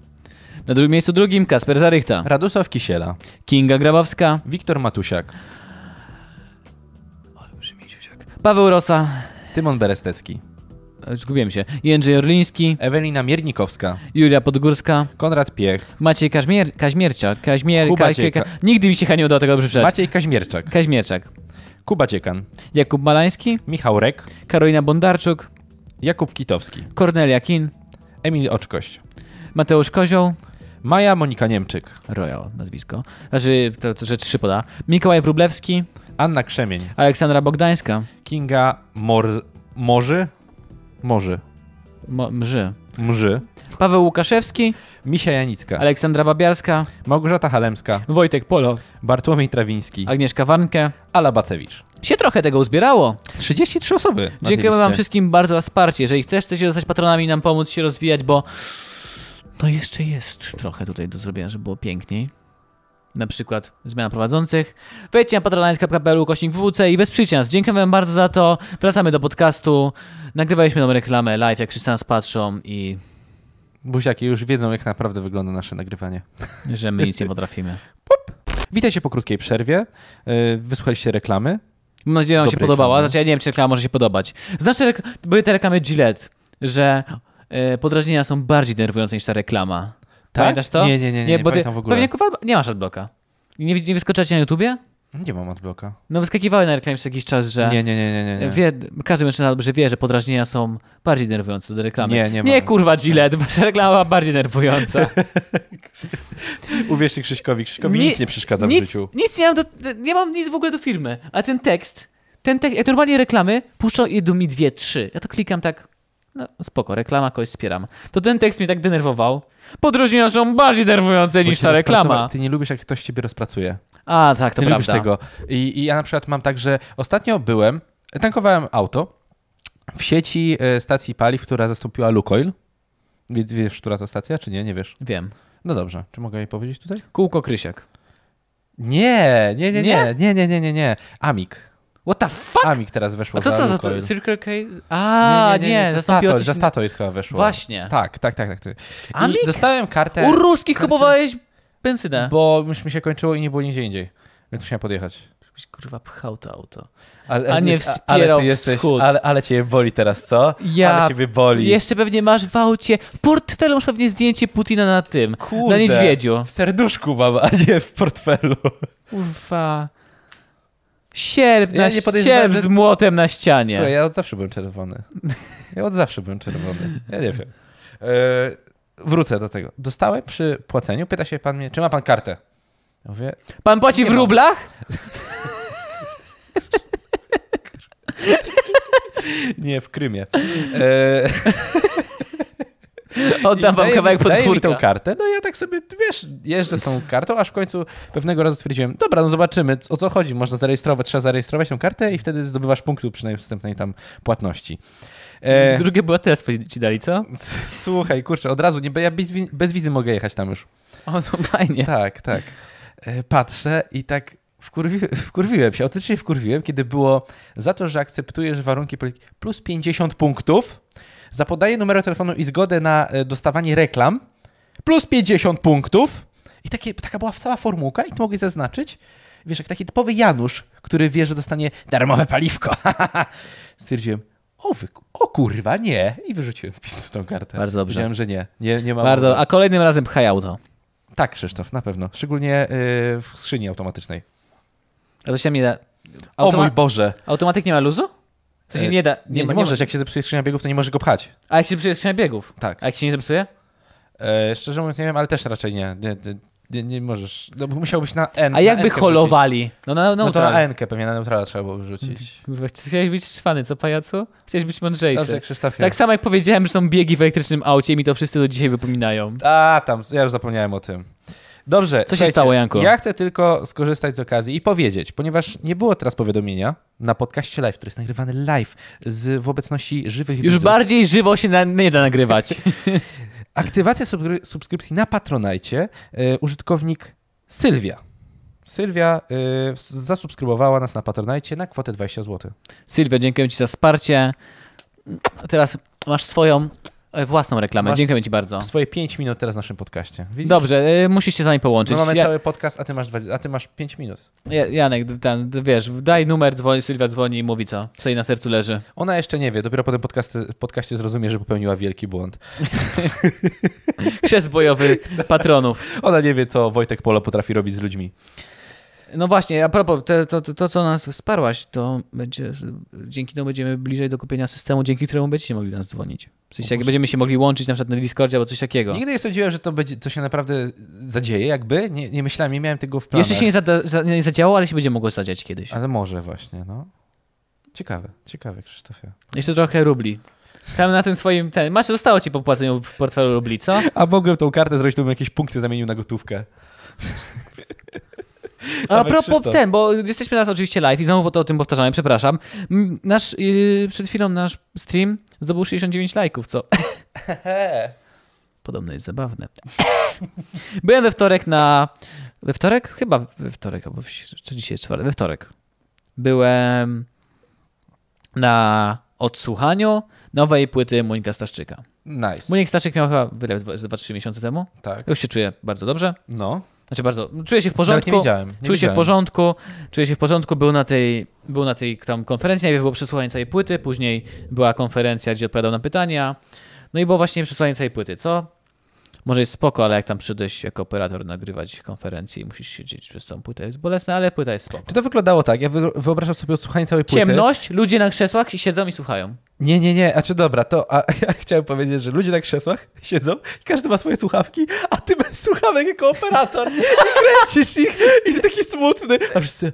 A: Na drugim miejscu drugim Kasper Zarychta,
B: Radosław Kisiela,
A: Kinga Grabowska,
B: Wiktor Matusiak,
A: Paweł Rosa,
B: Tymon Berestecki,
A: e, zgubiłem się, Jędrzej Orliński,
B: Ewelina Miernikowska,
A: Julia Podgórska,
B: Konrad Piech,
A: Maciej Kaźmier, Kaźmierczak, Kaźmier,
B: Kuba
A: Ka-
B: Cieka.
A: Ka- nigdy mi się nie udało tego przeczytać.
B: Maciej Kaźmierczak,
A: Kaźmierczak,
B: Kuba Ciekan,
A: Jakub Malański,
B: Michał Rek,
A: Karolina Bondarczuk,
B: Jakub Kitowski,
A: Kornelia Kin,
B: Emil Oczkoś,
A: Mateusz Kozioł,
B: Maja Monika Niemczyk,
A: Royal nazwisko, znaczy to, to że trzy poda, Mikołaj Wróblewski,
B: Anna Krzemień,
A: Aleksandra Bogdańska,
B: Kinga Mor... Morzy? Morzy.
A: Mo- Mrzy,
B: Mrzy.
A: Paweł Łukaszewski,
B: Misia Janicka,
A: Aleksandra Babiarska,
B: Małgorzata Halemska,
A: Wojtek Polo,
B: Bartłomiej Trawiński,
A: Agnieszka Warnke.
B: Ala Bacewicz.
A: Się trochę tego uzbierało.
B: 33 osoby. na tej
A: Dziękujemy Wam
B: liście.
A: wszystkim bardzo za wsparcie. Jeżeli też chcecie zostać patronami i nam pomóc się rozwijać, bo no jeszcze jest trochę tutaj do zrobienia, żeby było piękniej. Na przykład zmiana prowadzących. Wejdźcie na patronite.pl ukośnik WWC i wesprzyjcie nas. Dziękuję Wam bardzo za to. Wracamy do podcastu. Nagrywaliśmy tą reklamę live, jak wszyscy nas patrzą i
B: Buziaki już wiedzą, jak naprawdę wygląda nasze nagrywanie.
A: że my nic nie potrafimy.
B: Witajcie po krótkiej przerwie. Yy, Wysłuchaliście reklamy.
A: Mam nadzieję, że Wam się
B: Dobrej
A: podobała.
B: reklamy.
A: Znaczy, ja nie wiem, czy reklama może się podobać. Znasz, te rekl- były te reklamy Gillette, że e, podrażnienia są bardziej denerwujące niż ta reklama.
B: Tak?
A: Pamiętasz to?
B: Nie, nie, nie, nie, nie
A: bo ty
B: pamiętam w ogóle.
A: Pewnie kupa, nie masz adblocka. Nie, nie wyskoczyła ci na YouTubie?
B: Nie mam adblocka.
A: No wyskakiwały na reklamie przez jakiś czas, że...
B: Nie, nie, nie, nie, nie. nie.
A: Wie, każdy mężczyzna dobrze wie, że podrażnienia są bardziej denerwujące do reklamy.
B: Nie, nie
A: Nie,
B: mamy.
A: kurwa, Gillette, wasza reklama była bardziej denerwująca.
B: Uwierzcie Krzyśkowi. Krzyśkowi nic nie przeszkadza w
A: nic,
B: życiu.
A: Nic nie mam, do, nie mam nic w ogóle do firmy. A ten tekst, ten tekst, jak normalnie reklamy, puszczą jedną mi dwie, trzy. Ja to klikam tak, no spoko, reklama, kogoś wspieram. To ten tekst mnie tak denerwował. Podróżnienia są bardziej denerwujące
B: Bo
A: niż
B: cię
A: ta reklama.
B: rozpracowa- Ty nie lubisz, jak ktoś ciebie rozpracuje.
A: A, tak, to
B: nie
A: prawda.
B: lubisz tego. I, I ja na przykład mam tak, że ostatnio byłem, tankowałem auto w sieci e, stacji paliw, która zastąpiła Lukoil. Więc wiesz, która to stacja, czy nie? Nie wiesz.
A: Wiem.
B: No dobrze, czy mogę jej powiedzieć tutaj?
A: Kółko Krysiak.
B: Nie, nie, nie, nie, nie, nie, nie, nie, nie. Amik.
A: What the fuck?
B: Amik teraz weszło
A: A to
B: za
A: co za
B: Lukoil.
A: to? Circle K? A, nie,
B: to
A: zastąpiło
B: Statoil,
A: coś...
B: Za Statoil chyba weszło.
A: Właśnie.
B: Tak, tak, tak. tak. I
A: Amik?
B: dostałem kartę,
A: U ruskich kupowałeś benzynę.
B: bo już mi się kończyło i nie było nigdzie indziej. Więc musiałem podjechać.
A: Byś, Kurwa pchał to auto.
B: Ale,
A: A nie
B: ale
A: wspierał
B: ty jesteś,
A: wschód.
B: Ale, ale cię boli teraz, co?
A: Ja-
B: Ale ciebie boli.
A: Jeszcze pewnie masz w aucie, w portfelu masz pewnie zdjęcie Putina na tym,
B: Kurde.
A: na niedźwiedziu.
B: W serduszku mam, a nie w portfelu.
A: Kurwa. Sierp,
B: Ja
A: na,
B: nie podejrzewałem,
A: sierp
B: że-
A: z młotem na ścianie.
B: Słuchaj, ja od zawsze byłem czerwony. Ja od zawsze byłem czerwony. Ja nie wiem. E, wrócę do tego. Dostałem przy płaceniu, pyta się pan mnie, czy ma pan kartę? Ja mówię,
A: Pan płaci
B: Nie
A: w
B: mam.
A: rublach?
B: nie, w Krymie. E,
A: Oddam wam
B: I daje
A: kawałek
B: mi- daje mi tą
A: podwórka.
B: kartę, no ja tak sobie, wiesz, jeżdżę z tą kartą, aż w końcu pewnego razu stwierdziłem, dobra, no zobaczymy, c- o co chodzi, można zarejestrować, trzeba zarejestrować tą kartę i wtedy zdobywasz punktu przy wstępnej tam płatności. E,
A: Drugie obywatelstwo ci dali, co?
B: c- słuchaj, kurczę, od razu, nie, bo ja bez, wi- bez wizy mogę jechać tam już.
A: O, no fajnie.
B: Tak, tak. E, Patrzę i tak wkurwi, wkurwiłem się, autentycznie wkurwiłem, kiedy było za to, że akceptujesz warunki polityki plus 50 punktów, za podanie numeru telefonu i zgodę na e, dostawanie reklam plus 50 punktów i takie, taka była cała formułka i to mogłeś zaznaczyć. Wiesz, jak taki typowy Janusz, który wie, że dostanie darmowe paliwko. Stwierdziłem, o, wy, o kurwa, nie. I wyrzuciłem w pizdu tą kartę.
A: Bardzo dobrze.
B: Wiedziałem, że nie. Nie, nie ma
A: Bardzo, a kolejnym razem pchaj auto.
B: tak, Krzysztof, na pewno. Szczególnie y, w skrzyni automatycznej.
A: A to się nie da.
B: o mój
A: Automa-
B: Boże!
A: automatyk nie ma luzu? To się
B: E,
A: nie da.
B: Nie, nie,
A: ma,
B: możesz, jak się zepsuje skrzynia biegów, to nie możesz go pchać.
A: A jak się przyjeżdża biegów?
B: Tak.
A: A jak się nie zepsuje?
B: E, szczerze mówiąc, nie wiem, ale też raczej nie. Nie, nie, nie, nie możesz. No, bo musiałbyś na N.
A: A jakby
B: na N-kę wrzucić.
A: holowali? No, no, no,
B: No to
A: tak.
B: na N pewnie na neutrala trzeba było wrzucić.
A: Kurwa, chciałeś być szwany, co pajacu? Chciałeś być mądrzejszy.
B: Dobrze, Krzysztofie.
A: tak samo jak powiedziałem, że są biegi w elektrycznym aucie i mi to wszyscy do dzisiaj wypominają.
B: A, tam, ja już zapomniałem o tym. Dobrze.
A: się
B: słuchajcie,
A: stało, Janku?
B: Ja chcę tylko skorzystać z okazji i powiedzieć, ponieważ nie było teraz powiadomienia na podcaście live, który jest nagrywany live z, w obecności żywych
A: Już
B: widzów.
A: bardziej żywo się na, nie da nagrywać.
B: Aktywacja subskry- subskrypcji na Patronajcie e, użytkownik Sylwia. Sylwia e, s- zasubskrybowała nas na Patronajcie na kwotę 20 zł.
A: Sylwia, dziękuję Ci za wsparcie. A Teraz masz swoją e, własną reklamę.
B: Masz-
A: Dziękuję Ci bardzo.
B: Swoje 5 minut teraz w naszym podcaście. Widzisz?
A: Dobrze, e, musisz się z nami
B: My
A: połączyć.
B: No mamy
A: Ja,
B: cały podcast, a ty masz, 20, a ty masz 5 minut.
A: ja, Janek, d- ten, d- wiesz, daj numer, dzwoni, Sylwia dzwoni i mówi co, co jej na sercu leży.
B: Ona jeszcze nie wie, dopiero po tym podcasty- podcaście zrozumie, że popełniła wielki błąd.
A: Krzest bojowy patronów.
B: Ona nie wie, co Wojtek Polo potrafi robić z ludźmi.
A: No właśnie, a propos, te, to, to, to, co nas wsparłaś, to będzie, z- dzięki temu będziemy bliżej do kupienia systemu, dzięki któremu będziecie mogli do nas dzwonić. W sensie, jak będziemy się mogli łączyć na przykład na Discordzie albo coś takiego.
B: Nigdy No nie sądziłem, że to, będzie, to się naprawdę zadzieje, jakby. Nie, nie myślałem, nie miałem tego w planie.
A: Jeszcze się nie, zada, za, nie zadziało, ale się będzie mogło zadziać kiedyś.
B: Ale może właśnie, no. Ciekawe, ciekawe, Krzysztofie.
A: Jeszcze trochę rubli. Tam na tym swoim. Ten, masz, zostało ci po płaceniu w portfelu rubli, co?
B: A mogłem tą kartę zrobić, to bym jakieś punkty zamienił na gotówkę.
A: A,
B: Dawaj,
A: propos
B: Krzysztof.
A: ten, bo jesteśmy teraz oczywiście live i znowu to o tym powtarzamy, przepraszam. M, Nasz, yy, przed chwilą nasz stream zdobył 69 lajków, co? Podobno jest zabawne. Byłem we wtorek na. We wtorek? Chyba we wtorek, albo w, co dzisiaj jest czwartek? We wtorek. Byłem na odsłuchaniu nowej płyty Monika Staszczyka.
B: Nice.
A: Monik Staszczyk miał chyba wylew 2-3 miesiące temu.
B: Tak.
A: Ja Już się czuję bardzo dobrze.
B: No.
A: Znaczy bardzo. Czuję się w
B: Nawet
A: porządku.
B: nie wiedziałem. Nie
A: czuję się w
B: wiedziałem.
A: porządku. Czuję się w porządku. Był na tej, był na tej tam konferencji. Najpierw było przesłuchanie całej płyty, później była konferencja, gdzie odpowiadał na pytania. No i było właśnie przesłanie całej płyty, co? Może jest spoko, ale jak tam przyszedłeś jako operator nagrywać konferencję i musisz siedzieć przez całą płytę, jest bolesne, ale płyta jest spoko.
B: Czy to wyglądało tak? Ja wy- wyobrażam sobie odsłuchanie całej płyty.
A: Ciemność, ludzie na krzesłach siedzą i słuchają.
B: Nie, nie, nie. A czy dobra, to a, ja chciałem powiedzieć, że ludzie na krzesłach siedzą i każdy ma swoje słuchawki, a ty bez słuchawek jako operator i kręcisz ich i ty taki smutny. A wszyscy...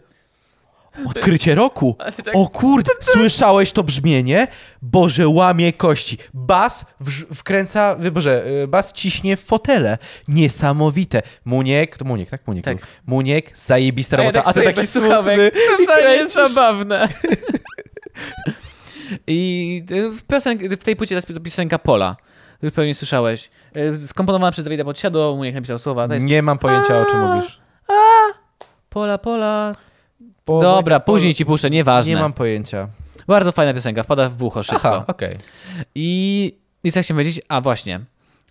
B: Odkrycie roku!
A: tak
B: O kurde, słyszałeś to brzmienie? Boże, łamie kości. Bas wrz- wkręca, wy- boże, y, bas ciśnie w fotele. Niesamowite. Muniek, to Muniek, tak? Muniek.
A: Tak. No
B: był. Muniek, zajebista robota, a, ty taki smutny
A: To
B: i
A: wcale nie jest
B: kręcisz.
A: zabawne. I y, w, piosenk, w tej płycie jest piosenka Pola. Już Pewnie słyszałeś. Y, Skomponowana przez Dawida Podsiadło, mu jak napisał słowa. To jest
B: Nie mam pojęcia, o czym mówisz.
A: Pola, Pola.
B: Po-
A: Dobra,
B: po-
A: później ci puszczę, nieważne.
B: tak, Nie mam pojęcia.
A: Bardzo fajna piosenka, wpada w ucho szybko.
B: Aha, okej.
A: I, I co chciałem powiedzieć? A właśnie.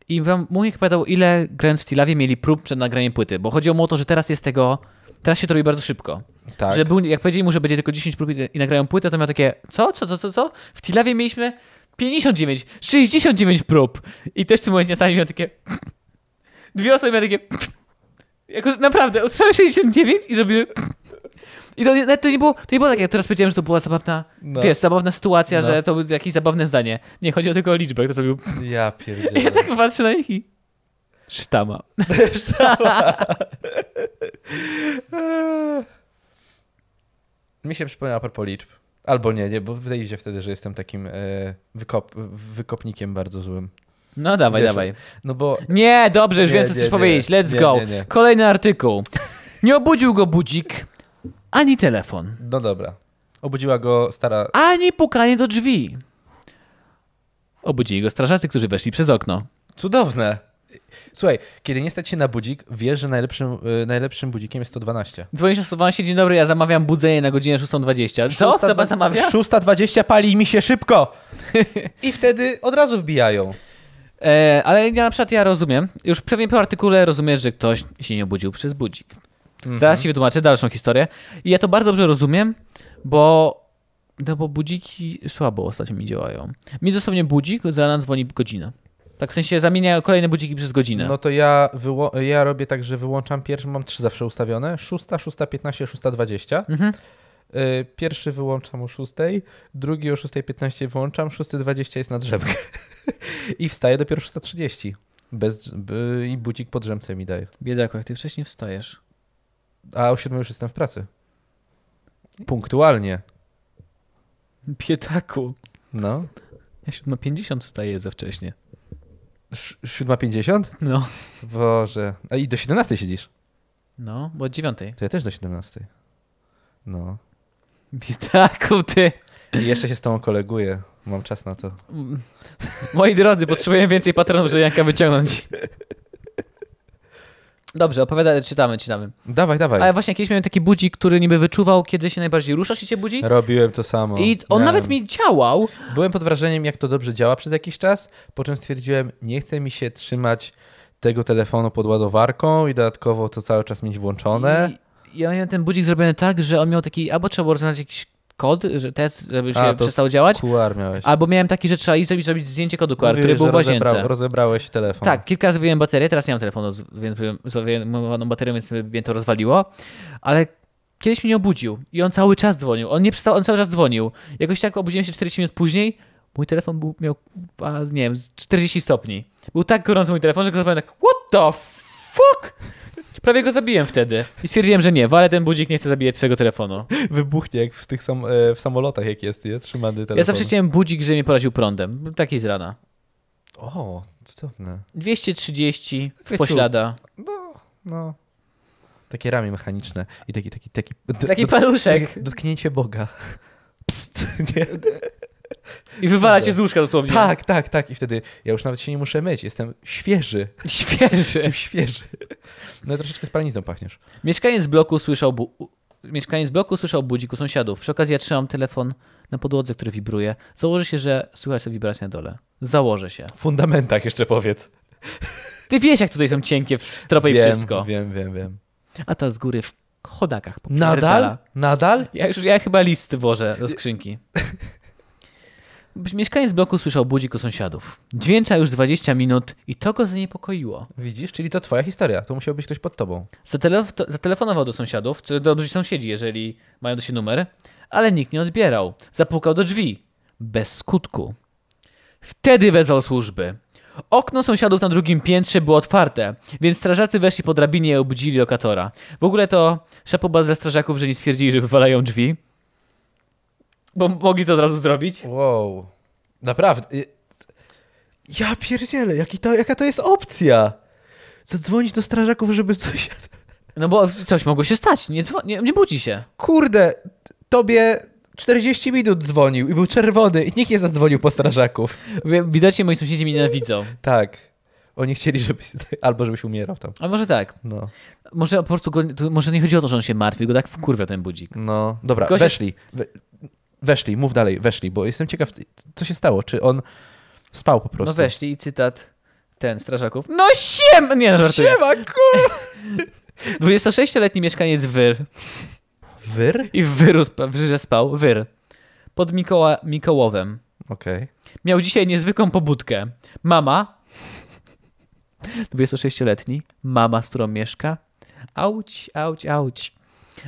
A: I wam Munik pytał, ile grając w Tilawie mieli prób przed nagraniem płyty, bo chodziło mu o to, że teraz jest tego. Teraz się to robi bardzo szybko.
B: Tak.
A: Że był, jak powiedzieli mu, że będzie tylko 10 prób i, i nagrają płytę, to miał takie, co, co, co, co, co? W Tilawie mieliśmy 59, 69 prób. I też w tym momencie sami miał takie... Dwie osoby miały takie... Jako, naprawdę, usłyszałem 69 i zrobiły... I to, nie- nawet to nie było, to nie było tak, jak teraz powiedziałem, że to była zabawna,
B: No.
A: wiesz, zabawna sytuacja,
B: No.
A: że to było jakieś zabawne zdanie. Nie, chodziło tylko o liczbę, kto zrobił...
B: Ja
A: I ja
B: pierdzielę.
A: tak patrzę na nich i... Sztama.
B: Eee. Mi się przypomniał a propos liczb. Albo nie, nie, bo wydaje mi się wtedy, że jestem takim e, wykop, wykopnikiem bardzo złym.
A: No dawaj,
B: Wiesz,
A: dawaj.
B: No bo
A: Nie, dobrze, już
B: Nie,
A: wiem, co
B: nie,
A: chcesz
B: nie.
A: powiedzieć. Let's
B: Nie,
A: go.
B: nie, nie.
A: Kolejny artykuł. Nie obudził go budzik, ani telefon,
B: No dobra. Obudziła go stara.
A: ani pukanie do drzwi. Obudzili go strażacy, którzy weszli przez okno.
B: Cudowne! Słuchaj, kiedy nie stać się na budzik, wiesz, że najlepszym, y, najlepszym budzikiem jest 112.
A: Dzwonisz na się, dzień dobry, ja zamawiam budzenie na godzinę 6.20. Co? Co pan zamawia?
B: 6.20 pali mi się szybko! I wtedy od razu wbijają.
A: E, ale ja na przykład ja rozumiem, już pewnie po artykule rozumiesz, że ktoś się nie obudził przez budzik. Zaraz ci wytłumaczę dalszą historię. I ja to bardzo dobrze rozumiem, bo, no bo budziki słabo ostatnio mi działają. Mi dosłownie budzik z rana dzwoni godzina. Tak w sensie zamienia kolejne budziki przez godzinę.
B: No to ja, wyło- ja robię tak, że wyłączam pierwszy, mam trzy zawsze ustawione. 6, 6.15, 6.20.
A: Mhm.
B: Y, Pierwszy wyłączam o 6, drugi o 6.15 wyłączam, 6.20 jest na drzemkę. I wstaję dopiero 6.30. Bez, by- I budzik po drzemce mi daje.
A: Biedaku, jak ty wcześniej wstajesz.
B: A o 7 już jestem w pracy. Punktualnie.
A: Biedaku.
B: No.
A: Ja 7.50 wstaję za wcześnie.
B: Sz- 7.50?
A: No.
B: Boże. A i do 17 siedzisz?
A: No, bo od 9.
B: To ja też do 17. No.
A: Biedaku ty.
B: I jeszcze się z tobą koleguję. Mam czas na to.
A: Mm. Moi drodzy, potrzebuję więcej patronów, żeby Janka wyciągnąć. Dobrze, opowiadaj, czytamy, czytamy.
B: Dawaj, dawaj.
A: Ale właśnie kiedyś miałem taki budzik, który niby wyczuwał, kiedy się najbardziej ruszasz i cię budzi.
B: Robiłem to samo.
A: I on
B: Nie
A: nawet
B: wiem.
A: mi działał.
B: Byłem pod wrażeniem, jak to dobrze działa przez jakiś czas, po czym stwierdziłem, nie chce mi się trzymać tego telefonu pod ładowarką i dodatkowo to cały czas mieć włączone.
A: I ja miałem ten budzik zrobiony tak, że on miał taki, albo trzeba było rozwiązać jakiś kod, że test, żeby się
B: A, to
A: przestał działać,
B: QR miałeś.
A: albo miałem taki, że trzeba i zrobić, zrobić zdjęcie kodu QR,
B: Mówiłeś,
A: który był
B: że
A: w łazience.
B: rozebrał- rozebrałeś telefon.
A: Tak, kilka razy wyjąłem baterię, teraz nie mam telefonu, z- więc byłem- z wyjmowaną baterią, więc mnie to rozwaliło, ale kiedyś mnie obudził i on cały czas dzwonił, on nie przestał, on cały czas dzwonił. Jakoś tak obudziłem się 40 minut później, mój telefon był, miał, a, nie wiem, z 40 stopni. Był tak gorący mój telefon, że go zapomniałem tak, what the fuck? Prawie go zabiłem wtedy i stwierdziłem, że nie, walę ten budzik, nie chcę zabijać swojego telefonu.
B: Wybuchnie jak w tych sam, e, w samolotach, jak jest nie? trzymany telefon.
A: Ja zawsze chciałem budzik, że mnie poraził prądem, taki z rana.
B: O, cudowne.
A: 230 w
B: Chwyciu.
A: poślada.
B: No. Takie ramię mechaniczne i taki, taki, taki...
A: Taki
B: dot-
A: paluszek.
B: Dotknięcie Boga. Pst, nie?
A: I wywala
B: Dobra.
A: cię z łóżka dosłownie.
B: Tak, tak, tak. I wtedy ja już nawet się nie muszę myć, jestem świeży.
A: Świeży.
B: Jestem świeży. No troszeczkę spalenizną pachniesz.
A: Mieszkaniec bloku słyszał bu- u- Mieszkaniec bloku słyszał budzik u sąsiadów. Przy okazji ja trzymam telefon na podłodze, który wibruje. Założę się, że słychać te wibracje na dole. Założę się.
B: W fundamentach jeszcze powiedz.
A: Ty wiesz, jak tutaj są cienkie w stropy i
B: wiem,
A: wszystko.
B: wiem, wiem, wiem.
A: A ta z góry w chodakach. popierdala.
B: Nadal? Nadal?
A: Ja już ja chyba list włożę do skrzynki. Mieszkaniec bloku słyszał budzik u sąsiadów. Dźwięcza już 20 minut i to go zaniepokoiło.
B: Widzisz, czyli to twoja historia. To musiał być ktoś pod tobą.
A: Zatelef- Zatelefonował do sąsiadów, co dobrzy sąsiedzi, jeżeli mają do siebie numer, ale nikt nie odbierał. Zapukał do drzwi. Bez skutku. Wtedy wezwał służby. Okno sąsiadów na drugim piętrze było otwarte, więc strażacy weszli po drabinie i obudzili lokatora. W ogóle to szapoba dla strażaków, że nie stwierdzili, że wywalają drzwi. Bo mogli to od razu zrobić.
B: Wow. Naprawdę. y- Ja pierdzielę, jaki to, jaka to jest opcja? Zadzwonić do strażaków, żeby coś...
A: No bo coś mogło się stać, nie, dzwo- nie, nie budzi się.
B: Kurde, tobie 40 minut dzwonił i był czerwony i nikt nie zadzwonił po strażaków.
A: Wi- Widocznie moi sąsiedzi mnie nienawidzą.
B: Tak. Oni chcieli, żebyś... Albo żebyś umierał tam.
A: A może tak.
B: No.
A: Może po prostu go, to może nie chodziło o to, że on się martwi, go tak wkurwia ten budzik.
B: No, dobra,
A: Gosia-
B: weszli. We, weszli, mów dalej, weszli, bo jestem ciekaw, co się stało. Czy on spał po prostu?
A: No weszli i cytat ten, strażaków. No siem! Nie, żartuję.
B: Siema, kur...
A: 26-letni mieszkaniec Wyr
B: Wyr?
A: i w Wyru spa, w Żyrze spał. Wyr. Pod Mikoła, Mikołowem.
B: Okej.
A: Miał dzisiaj niezwykłą pobudkę. Mama, 26-letni, mama, z którą mieszka. Auć, auć, auć.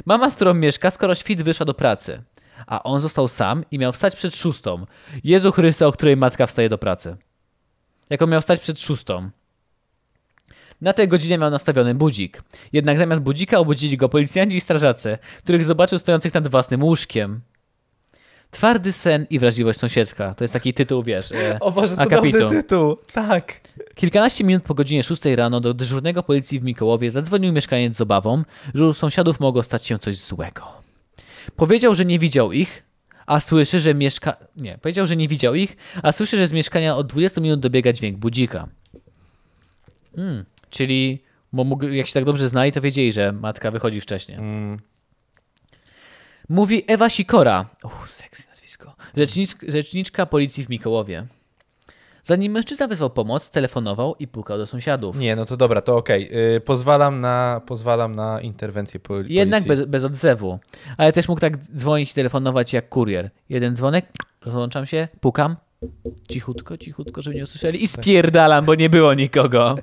A: Mama, z którą mieszka, skoro świt wyszła do pracy. A on został sam i miał wstać przed szóstą. Jezu Chryste, o której matka wstaje do pracy. Jak on miał wstać przed szóstą. Na tej godzinie miał nastawiony budzik. Jednak zamiast budzika obudzili go policjanci i strażacy, których zobaczył stojących nad własnym łóżkiem. Twardy sen i wrażliwość sąsiedzka. To jest taki tytuł, wiesz. E,
B: O Boże, cudowny
A: akapitu.
B: tytuł. Tak.
A: Kilkanaście minut po godzinie 6 rano do dyżurnego policji w Mikołowie zadzwonił mieszkaniec z obawą, że u sąsiadów mogło stać się coś złego. Powiedział, że nie widział ich, a słyszy, że mieszka... Nie, powiedział, że nie widział ich, a słyszy, że z mieszkania od 20 minut dobiega dźwięk budzika. Hmm, czyli bo mógł, jak się tak dobrze znali, to wiedzieli, że matka wychodzi wcześniej. Mówi Ewa Sikora, uch, seksy nazwisko, Rzecznic- rzeczniczka policji w Mikołowie. Zanim mężczyzna wezwał pomoc, telefonował i pukał do sąsiadów.
B: Nie, no to dobra, to okej. Y, pozwalam, na, pozwalam na interwencję pol- policji.
A: Jednak bez, bez odzewu. Ale też mógł tak dzwonić, telefonować jak kurier. Jeden dzwonek, rozłączam się, pukam. Cichutko, cichutko, żeby nie usłyszeli. I spierdalam, bo nie było nikogo.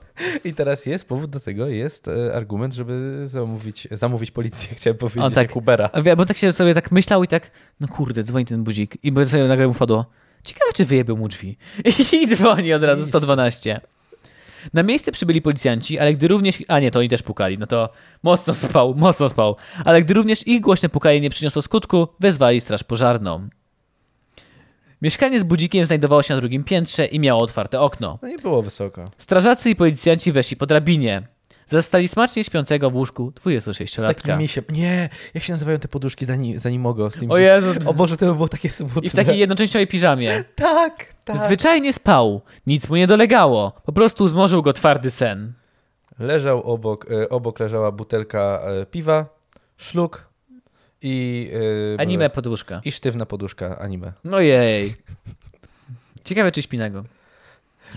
B: I teraz jest powód do tego, jest e, argument, żeby zamówić, zamówić policję, chciałem powiedzieć,
A: O, tak.
B: jak Ubera.
A: A wie- Bo tak się sobie tak myślał i tak, no kurde, dzwoni ten budzik. I bo sobie nagle mu wpadło, ciekawe czy wyjebił mu drzwi. I dzwoni od razu 112. Na miejsce przybyli policjanci, ale gdy również... A nie, to oni też pukali, no to mocno spał, mocno spał. Ale gdy również ich głośne pukanie nie przyniosło skutku, wezwali straż pożarną. Mieszkanie z budzikiem znajdowało się na drugim piętrze i miało otwarte okno.
B: No nie było wysoko.
A: Strażacy i policjanci weszli po drabinie. Zastali smacznie śpiącego w łóżku
B: Z takim
A: 26-latka.
B: misiem. Nie, jak się nazywają te poduszki za, ni- za nimogo? Z tym
A: O Jezu,
B: O Boże, to by było takie smutne.
A: I w takiej jednoczęściowej piżamie.
B: Tak, tak.
A: Zwyczajnie spał. Nic mu nie dolegało. Po prostu zmorzył go twardy sen.
B: Leżał obok, e, obok leżała butelka e, piwa, szluk i... e,
A: Anime podłóżka.
B: I sztywna poduszka anime.
A: No jej. Ciekawe, czy śpi na go.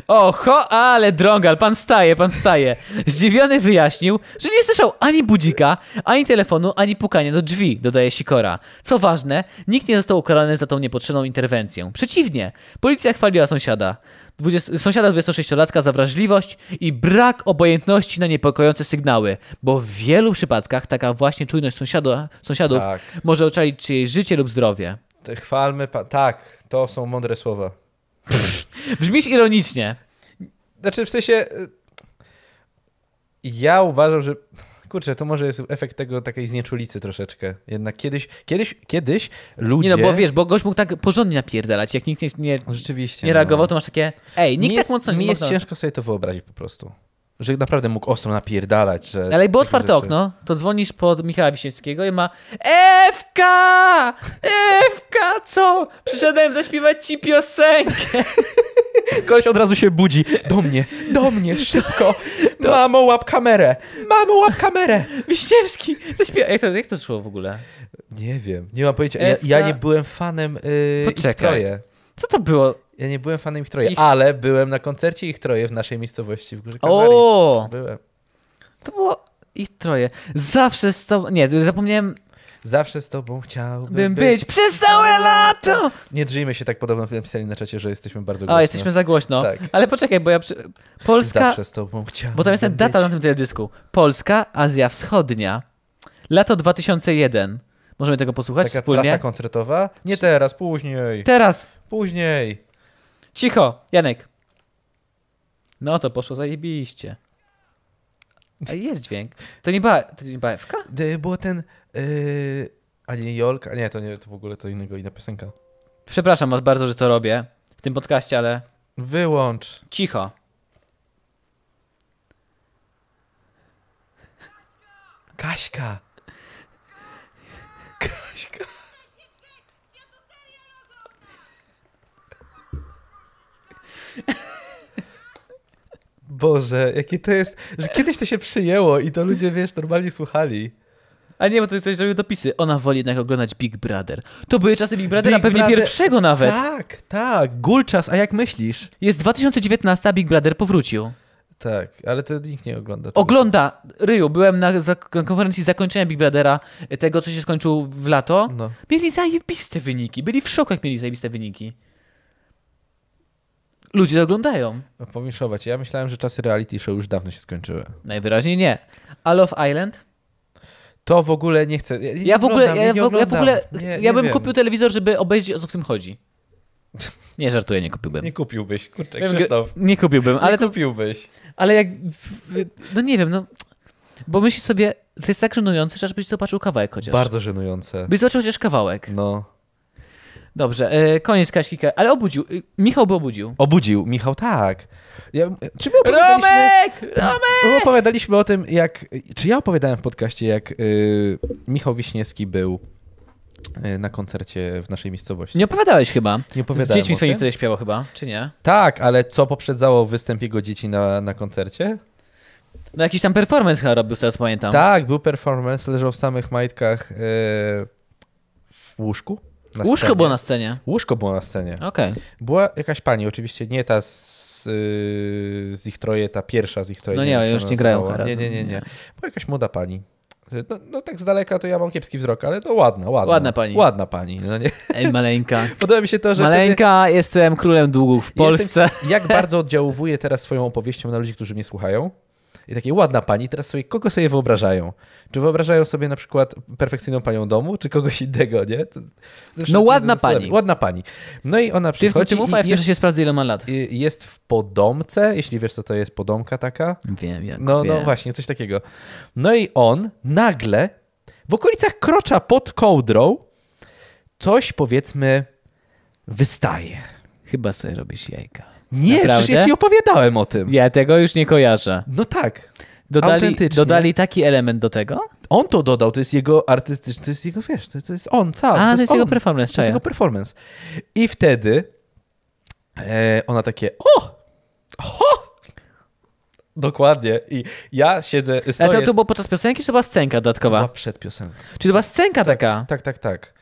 A: Oho, ale drągal, pan wstaje, pan wstaje. Zdziwiony wyjaśnił, że nie słyszał ani budzika, ani telefonu, ani pukania do drzwi, dodaje Sikora. Co ważne, nikt nie został ukarany za tą niepotrzebną interwencję. Przeciwnie, policja chwaliła sąsiada. 20, sąsiada 26-latka za wrażliwość i brak obojętności na niepokojące sygnały, bo w wielu przypadkach taka właśnie czujność sąsiada, sąsiadów
B: Tak.
A: może oczalić czyjeś życie lub zdrowie.
B: Te Chwalmy, pa- tak, to są mądre słowa.
A: Brzmisz ironicznie.
B: Znaczy, w sensie. y, Ja uważam, że. Kurczę, to może jest efekt tego takiej znieczulicy troszeczkę. Jednak kiedyś, kiedyś, kiedyś ludzie.
A: Nie no, bo wiesz, bo gość mógł tak porządnie napierdalać, jak nikt nie, nie,
B: Rzeczywiście.
A: nie reagował, to masz takie, ej,
B: no. Mi
A: nikt tak
B: jest,
A: mocno
B: Mi
A: nie
B: jest
A: mocno...
B: ciężko sobie to wyobrazić po prostu. Że naprawdę mógł ostro napierdalać. Że
A: Ale jakby
B: takie
A: otwarte
B: rzeczy-
A: okno, to dzwonisz pod Michała Wisiewskiego i ma Ewka! Ewka, co? Przyszedłem zaśpiewać ci piosenkę.
B: Koleś od razu się budzi. Do mnie, do mnie, szybko. Mamo, łap kamerę. Mamo, łap kamerę.
A: Wiśniewski zaśpiewa... Jak to, jak to szło w ogóle?
B: Nie wiem, nie mam pojęcia. Ja, ja
A: Ewka-
B: nie byłem fanem yy, ich
A: Poczekaj.
B: troje.
A: Co to było?
B: Ja nie byłem fanem ich troje,
A: Ich-
B: ale byłem na koncercie ich troje w naszej miejscowości w Górze Kanarii.
A: O,
B: Byłem.
A: to było ich troje. Zawsze z tobą... Nie, zapomniałem
B: Zawsze z tobą chciałbym
A: bym
B: być.
A: być przez całe lato!
B: Nie drzyjmy się tak podobno napisali na czacie, że jesteśmy bardzo głośno.
A: A, jesteśmy za głośno.
B: Tak.
A: Ale poczekaj, bo ja... Przy... Polska...
B: Zawsze z tobą chciałbym
A: Bo tam jest nawet data na
B: być.
A: tym teledysku. Polska, Azja Wschodnia. Lato 2001. Możemy tego posłuchać
B: Taka
A: wspólnie.
B: trasa koncertowa? Nie teraz, później.
A: Teraz.
B: Później.
A: Cicho, Janek. No to poszło zajebiście. A jest dźwięk. To nie była, to nie była FK?
B: Gdy było ten... Yy... A nie Jolka? Nie, to nie, to w ogóle to innego, inna piosenka.
A: Przepraszam was bardzo, że to robię w tym podcaście, ale
B: Wyłącz.
A: cicho.
B: Kaśka. Kaśka. Boże, jakie to jest, że kiedyś to się przyjęło i to ludzie, wiesz, normalnie słuchali.
A: A nie, bo to ktoś zrobił dopisy. Ona woli jednak oglądać Big Brother. To były czasy Big Brothera,
B: Big
A: pewnie
B: Brother-
A: pierwszego nawet.
B: Tak, tak, gulczas, a jak myślisz?
A: Jest 2019, a Big Brother powrócił.
B: Tak, ale to nikt nie ogląda. tego.
A: Ogląda, Ryju, byłem na za- konferencji zakończenia Big Brothera, e, tego co się skończył w lato.
B: No.
A: Mieli zajebiste wyniki. Byli w szoku, jak mieli zajebiste wyniki. Ludzie to oglądają.
B: Pomieszować. Ja myślałem, że czasy reality show już dawno się skończyły.
A: Najwyraźniej nie. A Love Island?
B: To w ogóle nie chcę. Ja, nie
A: Ja w ogóle,
B: oglądam,
A: ja,
B: nie
A: w, ja w
B: oglądam.
A: ogóle,
B: Nie-
A: ja
B: nie
A: bym
B: wiem.
A: kupił telewizor, żeby obejrzeć, o co w tym chodzi. Nie, żartuję, nie kupiłbym.
B: Nie kupiłbyś, kurczę,
A: Wiem, że-
B: Krzysztof.
A: Nie kupiłbym, ale
B: nie
A: to
B: kupiłbyś.
A: Ale jak. No nie wiem, no. Bo myślisz sobie, to jest tak żenujące, że żebyś zobaczył kawałek chociaż.
B: Bardzo żenujące.
A: Byś zobaczył chociaż kawałek.
B: No.
A: Dobrze, e, koniec Kaśki. Ka- Ale obudził. E, Michał by obudził.
B: Obudził, Michał, tak. Ja, czy my opowiadaliśmy,
A: Romek! Romek!
B: my opowiadaliśmy o tym, jak. Czy ja opowiadałem w podcaście, jak y, Michał Wiśniewski był y, na koncercie w naszej miejscowości?
A: Nie opowiadałeś chyba.
B: nie
A: Z dziećmi swoimi wtedy śpiewał chyba, czy nie?
B: Tak, ale co poprzedzało występ jego dzieci na, na koncercie?
A: No jakiś tam performance chyba robił, z tego co pamiętam.
B: Tak, był performance, leżał w samych majtkach e, w łóżku. na
A: Łóżko
B: scenie.
A: było na scenie.
B: Łóżko było na scenie.
A: Okej.
B: Była jakaś pani, oczywiście nie ta z, y, z ich troje, ta pierwsza z ich troje.
A: No nie,
B: wiem, jak
A: już
B: się
A: nie grają
B: nazywała.
A: razem.
B: Nie, nie, nie, nie.
A: Nie.
B: Była jakaś młoda pani. No, no tak z daleka to ja mam kiepski wzrok, ale no ładna, ładna.
A: Ładna pani.
B: Ładna pani, no nie.
A: Ej, maleńka.
B: Podoba mi się to, że wtedy
A: Maleńka, jestem królem długów w Polsce.
B: Jestem, jak bardzo oddziaływuję teraz swoją opowieścią na ludzi, którzy mnie słuchają. I takie ładna pani, teraz sobie, kogo sobie wyobrażają? Czy wyobrażają sobie na przykład perfekcyjną panią domu, czy kogoś innego, nie? To- zawsze
A: No,
B: to-
A: ładna
B: to- to-
A: pani.
B: Ładna pani. No i ona
A: Ty w
B: przychodzi
A: tym mów, a ja w
B: i jest,
A: się sprawdzę, ile ma lat.
B: y, jest w podomce, jeśli wiesz, co to jest podomka taka.
A: Wiem, jak
B: No,
A: wiem.
B: no właśnie, coś takiego. No i on nagle w okolicach krocza pod kołdrą coś, powiedzmy, wystaje.
A: Chyba sobie robisz jajka.
B: Nie,
A: Naprawdę?
B: przecież ja ci opowiadałem o tym.
A: Ja tego już nie kojarzę.
B: No tak.
A: Dodali,
B: Autentycznie.
A: dodali taki element do tego?
B: On to dodał, to jest jego artystyczny, to jest jego, wiesz, to, to jest on
A: A,
B: cały.
A: to jest jego
B: on.
A: performance,
B: To jest
A: czaja.
B: jego performance. I wtedy e, ona takie, o! Ho! Dokładnie. I ja siedzę,
A: Ale
B: stoję...
A: to, to było podczas piosenki, czy to była scenka
B: była
A: dodatkowa?
B: przed piosenką.
A: Czy to była scenka taka?
B: Tak, tak, tak.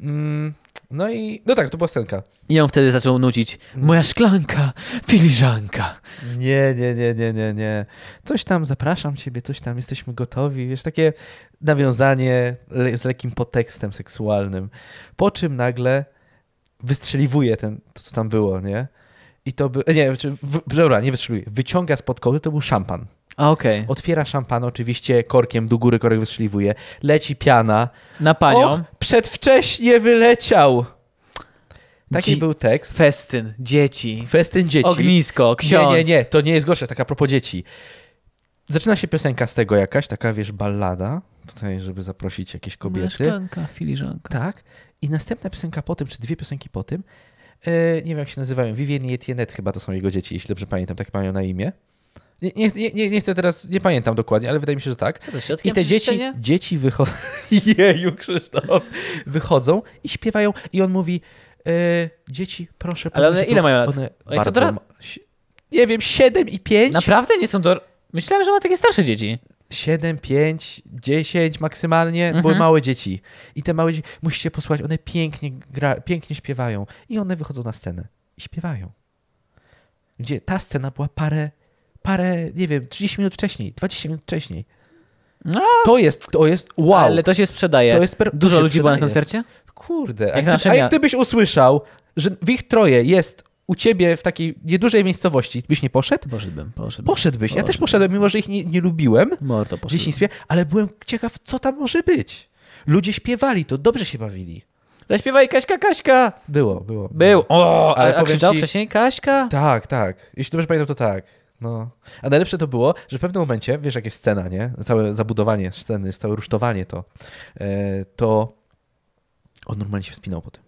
B: Mm, no i, no tak, to była scenka.
A: I on wtedy zaczął nucić Moja szklanka, filiżanka.
B: Nie, nie, nie, nie, nie, nie. Coś tam, zapraszam ciebie, coś tam, jesteśmy gotowi. Wiesz, takie nawiązanie le- z lekkim podtekstem seksualnym. Po czym nagle wystrzeliwuje ten, to co tam było, nie? I to by, nie, czy, w, dobra, nie wystrzeliwuje. Wyciąga spod koły, to był szampan.
A: A okej.
B: Otwiera szampan, oczywiście korkiem do góry korek wystrzeliwuje. Leci piana.
A: Na panią.
B: Och, przedwcześnie wyleciał. Taki
A: Dzi-
B: był tekst.
A: Festyn, dzieci,
B: Festyn dzieci.
A: ognisko, ksiądz.
B: Nie, nie, nie, to nie jest gorsze, taka propos dzieci. Zaczyna się piosenka z tego jakaś, taka wiesz, ballada, tutaj, żeby zaprosić jakieś
A: Moja
B: kobiety.
A: szklanka, filiżanka.
B: Tak. I następna piosenka po tym, czy dwie piosenki po tym, e, nie wiem jak się nazywają, Vivien i Etienet chyba to są jego dzieci, jeśli dobrze pamiętam, tak mają na imię. Nie, nie, nie- nie, nie chcę teraz, nie pamiętam dokładnie, ale wydaje mi się, że tak.
A: Co to, środkiem
B: I te dzieci,
A: przeczyszczenia?
B: dzieci wychodzą. Jeju, Krzysztof. Wychodzą i śpiewają, i on mówi: e, Dzieci, proszę
A: Ale one
B: poznajcie
A: ile
B: tu-
A: mają lat? Oni są
B: bardzo
A: dra-
B: ma... si- Nie wiem, 7 i 5.
A: Naprawdę nie są do... Myślałem, że ma takie starsze dzieci.
B: 7, 5, 10 maksymalnie.
A: Mhm.
B: Były małe dzieci. I te małe dzieci, musicie posłuchać, one pięknie, gra, pięknie śpiewają. I one wychodzą na scenę i śpiewają. Gdzie ta scena była parę, parę, nie wiem, 30 minut wcześniej, 20 minut wcześniej.
A: No.
B: To jest, to jest wow.
A: Ale to się sprzedaje.
B: To jest per- to
A: Dużo
B: się
A: ludzi było na
B: sprzedaje.
A: koncercie?
B: Kurde, a,
A: Jak
B: gdy,
A: nasze
B: a
A: mia-
B: jak gdybyś usłyszał, że w ich troje jest u ciebie w takiej niedużej miejscowości, byś nie poszedł?
A: Poszedłbym, poszedłbym.
B: Poszedłbyś. Ja też
A: Poszedłbym.
B: poszedłem, mimo że ich nie, nie lubiłem
A: Mordo
B: w
A: poszedłbym.
B: dzieciństwie, ale byłem ciekaw, co tam może być. Ludzie śpiewali to, dobrze się bawili.
A: Zaśpiewaj Kaśka, Kaśka!
B: Było, było.
A: Był. O,
B: Ale
A: ale a
B: powiem
A: krzyczał
B: ci-
A: wcześniej Kaśka?
B: Tak, tak. Jeśli dobrze pamiętam, to tak. No. A najlepsze to było, że w pewnym momencie, wiesz, jak jest scena, nie? Całe zabudowanie sceny, całe rusztowanie to, e, to on normalnie się wspinał po tym.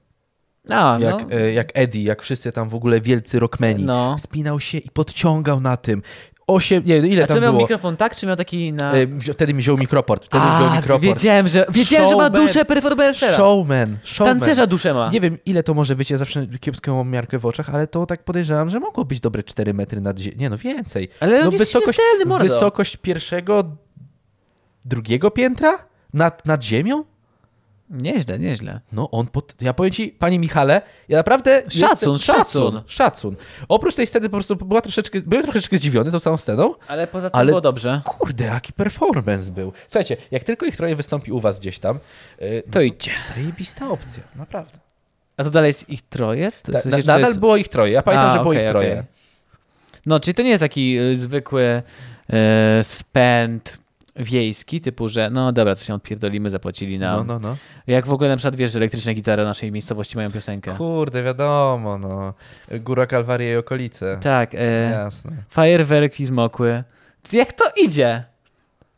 A: A, no.
B: e, jak, e, jak Eddie, jak wszyscy tam w ogóle wielcy rockmeni.
A: No.
B: Wspinał się i podciągał na tym. Osiem, nie wiem, ile
A: A czy
B: tam
A: miał
B: było.
A: mikrofon tak, czy miał taki na...
B: E, wzi- Wtedy mi wziął mikroport. Wtedy mi wziął
A: A,
B: mikroport.
A: wiedziałem, że, wiedziałem, że ma
B: Showman.
A: duszę performersera.
B: Showman, showman.
A: Tancerza duszę ma.
B: Nie wiem, ile to może być, ja zawsze kiepską mam miarkę w oczach, ale to tak podejrzewam, że mogło być dobre 4 metry nad ziemią. Nie no, więcej.
A: Ale on
B: no,
A: jest E, śmiertelny, mordo.
B: wysokość pierwszego, drugiego piętra nad, nad ziemią?
A: Nieźle, nieźle.
B: No on pod... Ja powiem ci, panie Michale, ja naprawdę...
A: Szacun,
B: jestem...
A: szacun.
B: Szacun. Oprócz tej sceny po prostu była troszeczkę, byłem troszeczkę zdziwiony tą samą sceną,
A: Ale poza tym
B: Ale-
A: było dobrze.
B: Kurde, jaki performance był. Słuchajcie, jak tylko ich troje wystąpi u was gdzieś tam, yy,
A: To idźcie.
B: Zajebista opcja, naprawdę.
A: A to dalej jest ich troje? To w
B: Ta,
A: sensie,
B: na,
A: czy to
B: nadal
A: jest-
B: było ich troje, ja pamiętam,
A: A,
B: że było
A: okej,
B: ich troje.
A: okej. No, czyli to nie jest taki y, zwykły y, spęd wiejski, typu, że no dobra, coś się odpierdolimy, zapłacili nam.
B: No, no, no.
A: Jak w ogóle na przykład wiesz, że elektryczne gitary naszej miejscowości mają piosenkę.
B: Kurde, wiadomo, no. Góra Kalwaria i okolice.
A: Tak, y,
B: Jasne.
A: fajerwerki zmokły. C- Jak to idzie?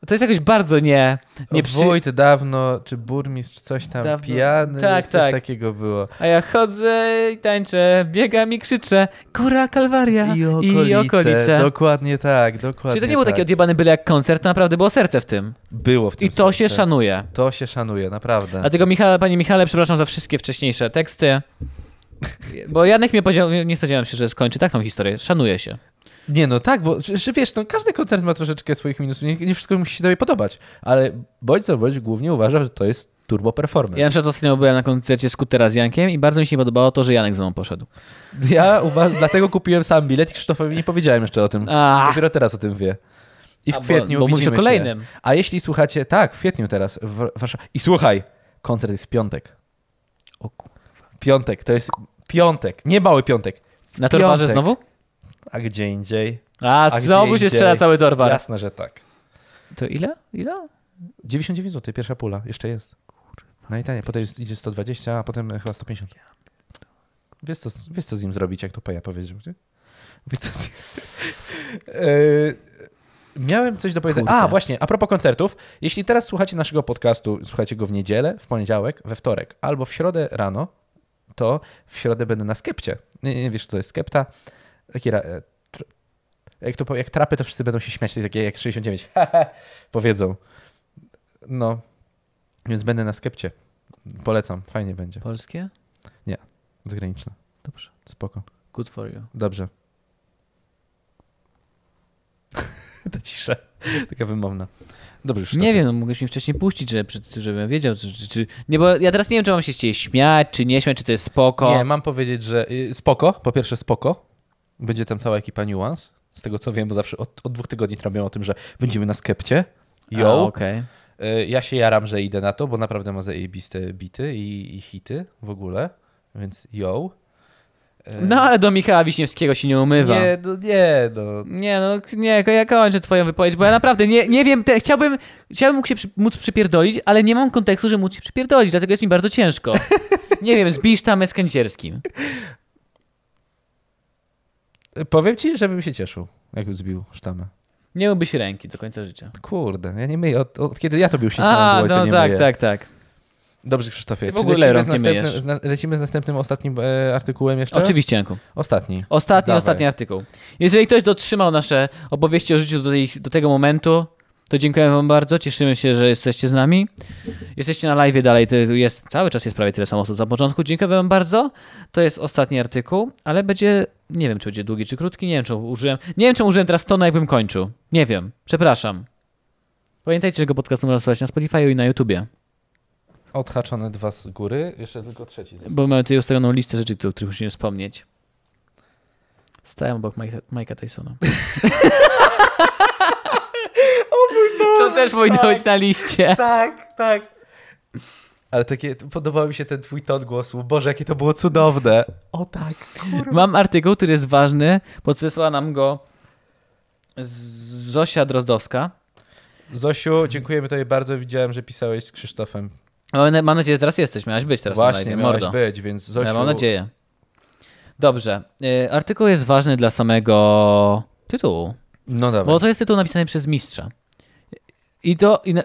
A: To jest jakoś bardzo nie... nie przy...
B: Wójt dawno, czy burmistrz, coś tam
A: Dawno-
B: pijany,
A: tak,
B: coś
A: tak.
B: takiego było.
A: A ja chodzę i tańczę, biegam i krzyczę, kura Kalwaria
B: I okolice, Dokładnie tak, dokładnie
A: Czyli to nie było
B: tak.
A: takie odjebane byle jak koncert, to naprawdę było serce w tym.
B: Było w tym
A: I to się
B: sensie.
A: szanuje.
B: To się szanuje, naprawdę.
A: Dlatego, Michale, panie Michale, przepraszam za wszystkie wcześniejsze teksty. Bo Janek mnie podział, nie spodziewałem się, że skończy taką historię. Szanuję się.
B: Nie no tak, bo że, że wiesz, no, każdy koncert ma troszeczkę swoich minusów, nie, nie wszystko musi się tobie podobać, ale bądź co bądź głównie uważam, że to jest turbo performance.
A: Ja na przykład ostatnio byłem na koncercie Skutera z Jankiem i bardzo mi się nie podobało to, że Janek ze mną poszedł.
B: Ja uważam, dlatego kupiłem sam bilet i Krzysztofowi nie powiedziałem jeszcze o tym.
A: A,
B: Dopiero teraz o tym wie. Mhm. I w
A: A, bo-
B: kwietniu
A: bo mówisz o
B: widzimy
A: kolejnym.
B: Się. A jeśli słuchacie, tak, w kwietniu teraz. W, wasza... I słuchaj, koncert jest w piątek.
A: O ku-
B: Piątek, to jest piątek, nie mały piątek. W
A: Na torwarze
B: piątek.
A: znowu?
B: A gdzie indziej?
A: A,
B: A
A: znowu
B: gdzie
A: się
B: indziej?
A: strzela cały torwar.
B: Jasne, że tak.
A: To ile? Ile?
B: 99 zł, pierwsza pula, jeszcze jest. Najtaniej, potem jest, idzie 120, a potem e, chyba 150. Wiesz co, wiesz co z nim zrobić, jak to Peja powiedział, nie? Wiesz co z... Eee, Miałem coś do powiedzenia.
A: Kurde.
B: A, właśnie, a propos koncertów. Jeśli teraz słuchacie naszego podcastu, słuchacie go w niedzielę, w poniedziałek, we wtorek albo w środę rano, to w środę będę na Skepcie. Nie, nie wiesz, co to jest Skepta. Taki ra... e, tr- jak, to, powie- jak trapy, to wszyscy będą się śmiać, takie jak 69. Powiedzą. No, więc będę na skepcie. Polecam, fajnie będzie.
A: Polskie?
B: Zagraniczne.
A: Dobrze.
B: Spoko.
A: Good for you.
B: Dobrze. Ta cisza. Taka wymowna. Dobrze, już
A: Nie wiem, no mogłeś mi wcześniej puścić, że, przy- żebym wiedział, czy, czy, czy... Nie, bo ja teraz nie wiem, czy mam się z ciebie śmiać, czy nie śmiać, czy to jest spoko.
B: Nie, mam powiedzieć, że y, spoko. Po pierwsze spoko. Będzie tam cała ekipa Nuance. Z tego co wiem, bo zawsze od, od dwóch tygodni trąbią o tym, że będziemy na skepcie.
A: A,
B: Yo.
A: okej.
B: Y, Ja się jaram, że idę na to, bo naprawdę ma zajebiste bity i, i hity w ogóle. Więc yo. Y,
A: No ale do Michała Wiśniewskiego się nie umywa. Nie,
B: Nie, no, nie, no.
A: no, k- nie, ko- ja kończę twoją wypowiedź, bo ja naprawdę nie, nie wiem, te, chciałbym, chciałbym mógł się przy, móc przypierdolić, ale nie mam kontekstu, że móc się przypierdolić, dlatego jest mi bardzo ciężko. Nie wiem, zbisz tam z kędzierskim.
B: Powiem ci, żebym się cieszył, jakbym zbił sztamę.
A: Nie myłby się ręki do końca życia.
B: Kurde, ja nie myję, od, od kiedy ja to był się
A: A,
B: było, i to
A: no
B: nie
A: tak,
B: myję.
A: tak, tak.
B: Dobrze, Krzysztofie,
A: Ty w
B: czy
A: ogóle
B: lecimy
A: rąk
B: z,
A: nie
B: następnym,
A: myjesz.
B: zna- lecimy z następnym, ostatnim e, artykułem jeszcze?
A: Oczywiście, Janku.
B: Ostatni.
A: Ostatni,
B: Dawaj.
A: ostatni artykuł. Jeżeli ktoś dotrzymał nasze opowieści o życiu do, tej, do tego momentu, to dziękujemy wam bardzo, cieszymy się, że jesteście z nami. Jesteście na live dalej, to jest, cały czas jest prawie tyle samo osób za początku. Dziękuję wam bardzo. To jest ostatni artykuł, ale będzie, nie wiem czy będzie długi czy krótki, nie wiem czy użyłem, nie wiem czy użyłem teraz tonu jakbym kończył. Nie wiem, przepraszam. Pamiętajcie, że go podcastu można słuchać na Spotify i na YouTubie,
B: Odhaczone dwa z góry, jeszcze tylko trzeci. został.
A: bo mamy tutaj ustawioną listę rzeczy, o których musimy wspomnieć. Stałem obok Majka, Majka Tysona. To też powinno być na liście.
B: Tak, tak. Ale takie, podobał mi się ten twój ton głosu. Boże, jakie to było cudowne. O tak, kurwa.
A: Mam artykuł, który jest ważny, podesłała nam go Z- Zosia Drozdowska.
B: Zosiu, dziękujemy tobie bardzo. Widziałem, że pisałeś z Krzysztofem.
A: O, na- No, Mam nadzieję, że teraz jesteś. Miałaś być teraz na
B: Właśnie,
A: live,
B: miałeś
A: mordo.
B: być, więc Zosiu...
A: Ja mam nadzieję. Dobrze. Y, Artykuł jest ważny dla samego tytułu,
B: No dobra.
A: bo to jest tytuł napisany przez mistrza. I to... I na...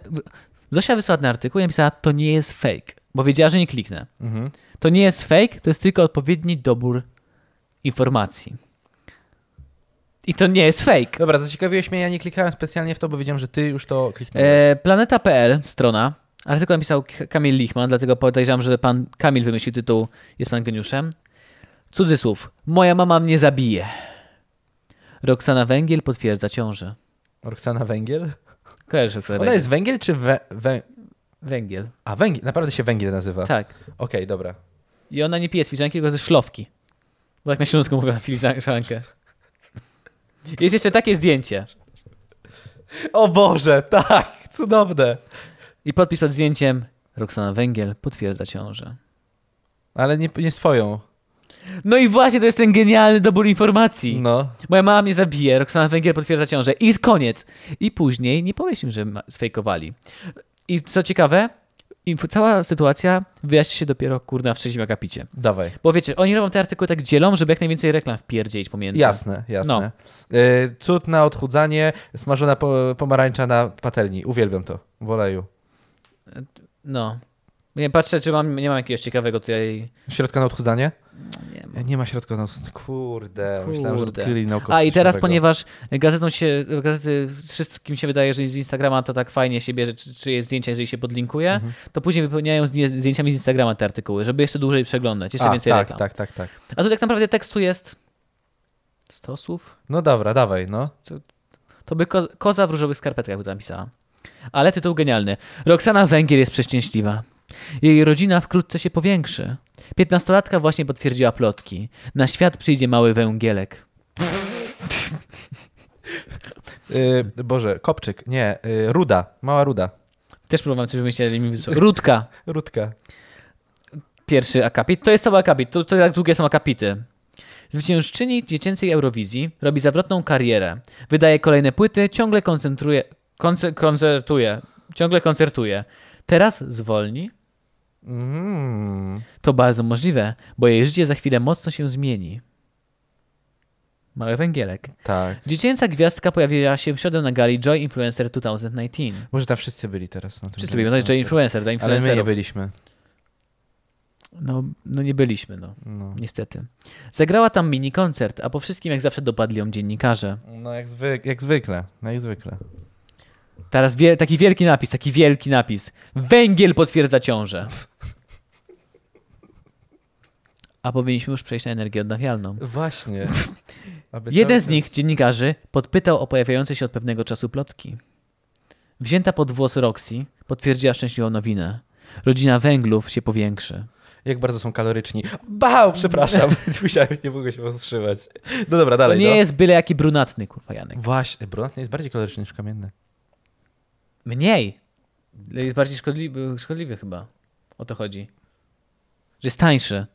A: Zosia wysłała ten artykuł i napisała, to nie jest fake, bo wiedziała, że nie kliknę.
B: Mhm.
A: To nie jest fake, to jest tylko odpowiedni dobór informacji. I to nie jest fake.
B: Dobra, zaciekawiłeś mnie, ja nie klikałem specjalnie w to, bo wiedziałem, że ty już to kliknąłeś.
A: E, Planeta.pl, strona. Artykuł napisał K- Kamil Lichman, dlatego podejrzewam, że pan Kamil wymyślił tytuł Jest pan geniuszem. Cudzysłów. Moja mama mnie zabije. Roxana Węgiel potwierdza ciążę.
B: Roxana Węgiel?
A: Kojarzysz Roxana
B: Ona
A: Węgiel?
B: jest węgiel czy wę... wę...
A: Węgiel,
B: A, węgiel, naprawdę się węgiel nazywa.
A: tak.
B: Okej, dobra.
A: I ona nie pije z filiżanki, tylko ze szlofki. Bo tak na Śląsku mówią filiżankę. Jest jeszcze takie zdjęcie.
B: O Boże, tak, cudowne.
A: I podpis pod zdjęciem Roxana Węgiel potwierdza ciążę.
B: Ale nie, nie swoją.
A: No i właśnie to jest ten genialny dobór informacji.
B: No.
A: Moja mama mnie zabije, Roxana Węgier potwierdza ciążę i koniec. I później nie powiesz im, że ma- sfejkowali. I co ciekawe, inf- cała sytuacja wyjaśni się dopiero, kurna, w trzecim akapicie.
B: Dawaj.
A: Bo wiecie, oni robią te artykuły tak dzielą, żeby jak najwięcej reklam wpierdzielić pomiędzy.
B: Jasne, jasne.
A: No.
B: Y, cud na odchudzanie, smażona po, pomarańcza na patelni. Uwielbiam to w oleju.
A: No. Nie patrzę, czy mam, nie mam jakiegoś ciekawego tutaj...
B: Środka na odchudzanie?
A: Nie mam.
B: Nie ma środka na odchudzanie. Kurde, myślałem, że
A: Kurde.
B: odkryli naukowcy
A: A i teraz,
B: nowego.
A: ponieważ gazetą się, gazety wszystkim się wydaje, że z Instagrama to tak fajnie się bierze, czy, czy jest zdjęcia, jeżeli się podlinkuje,
B: Mhm.
A: to później wypełniają zdję- zdjęciami z Instagrama te artykuły, żeby jeszcze dłużej przeglądać, jeszcze
B: A,
A: więcej
B: tak,
A: reklam.
B: tak, tak, tak.
A: A tu tak naprawdę tekstu jest 100 słów.
B: No dobra, dawaj, no.
A: To by ko- koza w różowych skarpetkach by to napisała. Ale tytuł genialny. Roxana Węgiel jest przeszczęśliwa. Jej rodzina wkrótce się powiększy. Piętnastolatka właśnie potwierdziła plotki. Na świat przyjdzie mały węgielek.
B: Y, Boże, kopczyk, nie, y, ruda, mała ruda.
A: Też próbowałem coś wymyślić, ale mi wysłał. Rudka.
B: Rudka.
A: Pierwszy akapit. To jest cały akapit. To, to jak długie są akapity. Zwyciężczyni dziecięcej Eurowizji robi zawrotną karierę. Wydaje kolejne płyty, ciągle koncentruje, konce, koncertuje. Ciągle koncertuje. Teraz zwolni?
B: Mm.
A: To bardzo możliwe, bo jej życie za chwilę mocno się zmieni. Mały węgielek.
B: Tak.
A: Dziecięca gwiazdka pojawiła się w środę na gali Joy Influencer 2019.
B: Może tam wszyscy byli teraz. Na tym
A: Wszyscy byli, no Joy Influencer, dla
B: Ale my nie
A: influencerów.
B: byliśmy.
A: No, no nie byliśmy, no.
B: No.
A: Niestety. Zagrała tam mini koncert, a po wszystkim jak zawsze dopadli ją dziennikarze.
B: No jak, zwyk, jak zwykle, jak zwykle.
A: Teraz wie, taki wielki napis, taki wielki napis. Węgiel potwierdza ciążę. A powinniśmy już przejść na energię odnawialną.
B: Właśnie. Aby
A: Jeden
B: cały
A: z nich, dziennikarzy, podpytał o pojawiające się od pewnego czasu plotki. Wzięta pod włos Roxy potwierdziła szczęśliwą nowinę. Rodzina węglów się powiększy.
B: Jak bardzo są kaloryczni. Bał, przepraszam. Musiałem, nie mogę się powstrzymać. No dobra,
A: To
B: dalej.
A: nie
B: no.
A: jest byle jaki brunatny, kurwa Janek.
B: Właśnie, brunatny jest bardziej kaloryczny niż kamienny.
A: Mniej. Jest bardziej szkodliwy, szkodliwy chyba. O to chodzi. Że jest tańszy.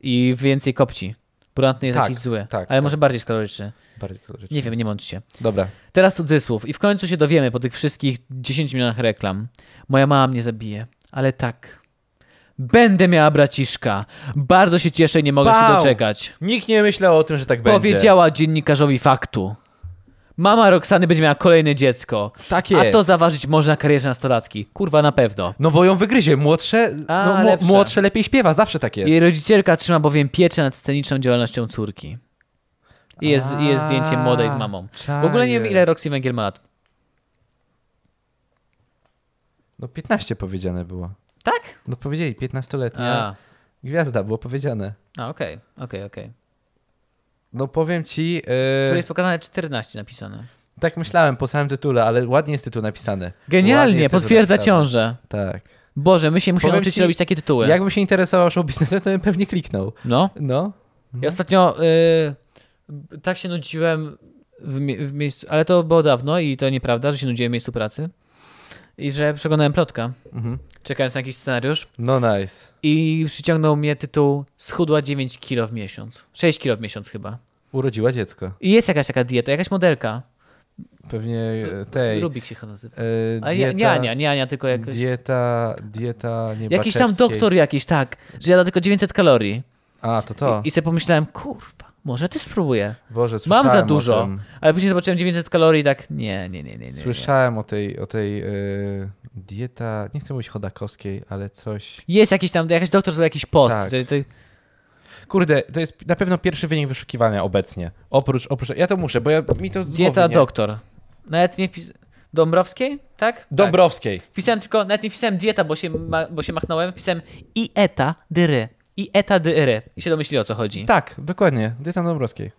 A: I więcej kopci. Brunatny jest
B: Tak,
A: jakiś zły.
B: tak,
A: ale
B: tak.
A: może bardziej kaloryczny.
B: Bardziej kaloryczny.
A: Nie wiem, nie mądźcie.
B: Dobra.
A: Teraz cudzysłów. I w końcu się dowiemy po tych wszystkich 10 milionach reklam. Moja mama mnie zabije. Ale tak. Będę miała braciszka. Bardzo się cieszę i nie mogę się
B: Wow.
A: doczekać.
B: Nikt nie myślał o tym, że tak będzie.
A: Powiedziała dziennikarzowi faktu. Mama Roxany będzie miała kolejne dziecko.
B: Tak jest.
A: A to zaważyć może na karierze nastolatki. Kurwa, na pewno.
B: No bo ją wygryzie. Młodsze,
A: A,
B: no, mł-
A: lepsze.
B: młodsze lepiej śpiewa, zawsze tak jest.
A: Jej rodzicielka trzyma bowiem pieczę nad sceniczną działalnością córki. I jest, i jest zdjęcie młodej z mamą. W ogóle nie wiem,
B: czaję.
A: ile Roxy Węgiel ma lat.
B: No 15 powiedziane było.
A: Tak?
B: No powiedzieli, 15-letnia
A: A,
B: gwiazda, było powiedziane.
A: a okej, okej, okej.
B: No powiem ci,
A: Tu
B: e,
A: jest pokazane 14 napisane.
B: tak myślałem po samym tytule, ale ładnie jest tytuł napisany. Ładnie
A: Genialnie,
B: jest tytuł
A: potwierdza
B: napisany.
A: ciążę.
B: Tak.
A: Boże, my się musimy
B: Powiem
A: nauczyć
B: ci,
A: robić takie tytuły.
B: Jakbym się interesował show biznesem, to bym pewnie kliknął.
A: No.
B: No.
A: Ja ostatnio y, b- tak się nudziłem w, mie- w miejscu, ale to było dawno i to nieprawda, że się nudziłem w miejscu pracy i że przeglądałem plotka,
B: Mhm.
A: czekając na jakiś scenariusz
B: No nice.
A: i przyciągnął mnie tytuł schudła 9 kilo w miesiąc. 6 kilo w miesiąc chyba.
B: Urodziła dziecko.
A: I jest jakaś taka dieta, jakaś modelka.
B: Pewnie e, tej.
A: Rubik się chyba nazywa.
B: e,
A: Ale nie,
B: dieta,
A: nie Ania, nie Ania, tylko jakoś,
B: Dieta, dieta nie
A: jakiś tam
B: Baczewskiej.
A: doktor jakiś, tak, że jada tylko 900 kalorii.
B: A, to to.
A: I, i sobie pomyślałem, kurwa, może ty spróbuję.
B: Boże,
A: Mam
B: słyszałem
A: za
B: O
A: dużo,
B: tym.
A: ale później zobaczyłem 900 kalorii i tak, nie, nie, nie, nie. nie, nie.
B: Słyszałem o tej, o tej e, dieta, nie chcę mówić chodakowskiej, ale coś.
A: Jest jakiś tam, jakiś doktor zrobił jakiś post.
B: Tak.
A: Że to,
B: Kurde, to jest na pewno pierwszy wynik wyszukiwania obecnie. Oprócz, oprócz, ja to muszę, bo ja, mi to z głowy,
A: Dieta
B: nie?
A: doktor. Nawet nie wpis... Dąbrowskiej? Tak? Tak.
B: Dąbrowskiej.
A: Pisałem tylko, nawet nie pisałem dieta, bo się, ma, bo się machnąłem, pisałem i eta dyry. I eta dyry. I się domyśli o co chodzi.
B: Tak, dokładnie, dieta Dąbrowskiej.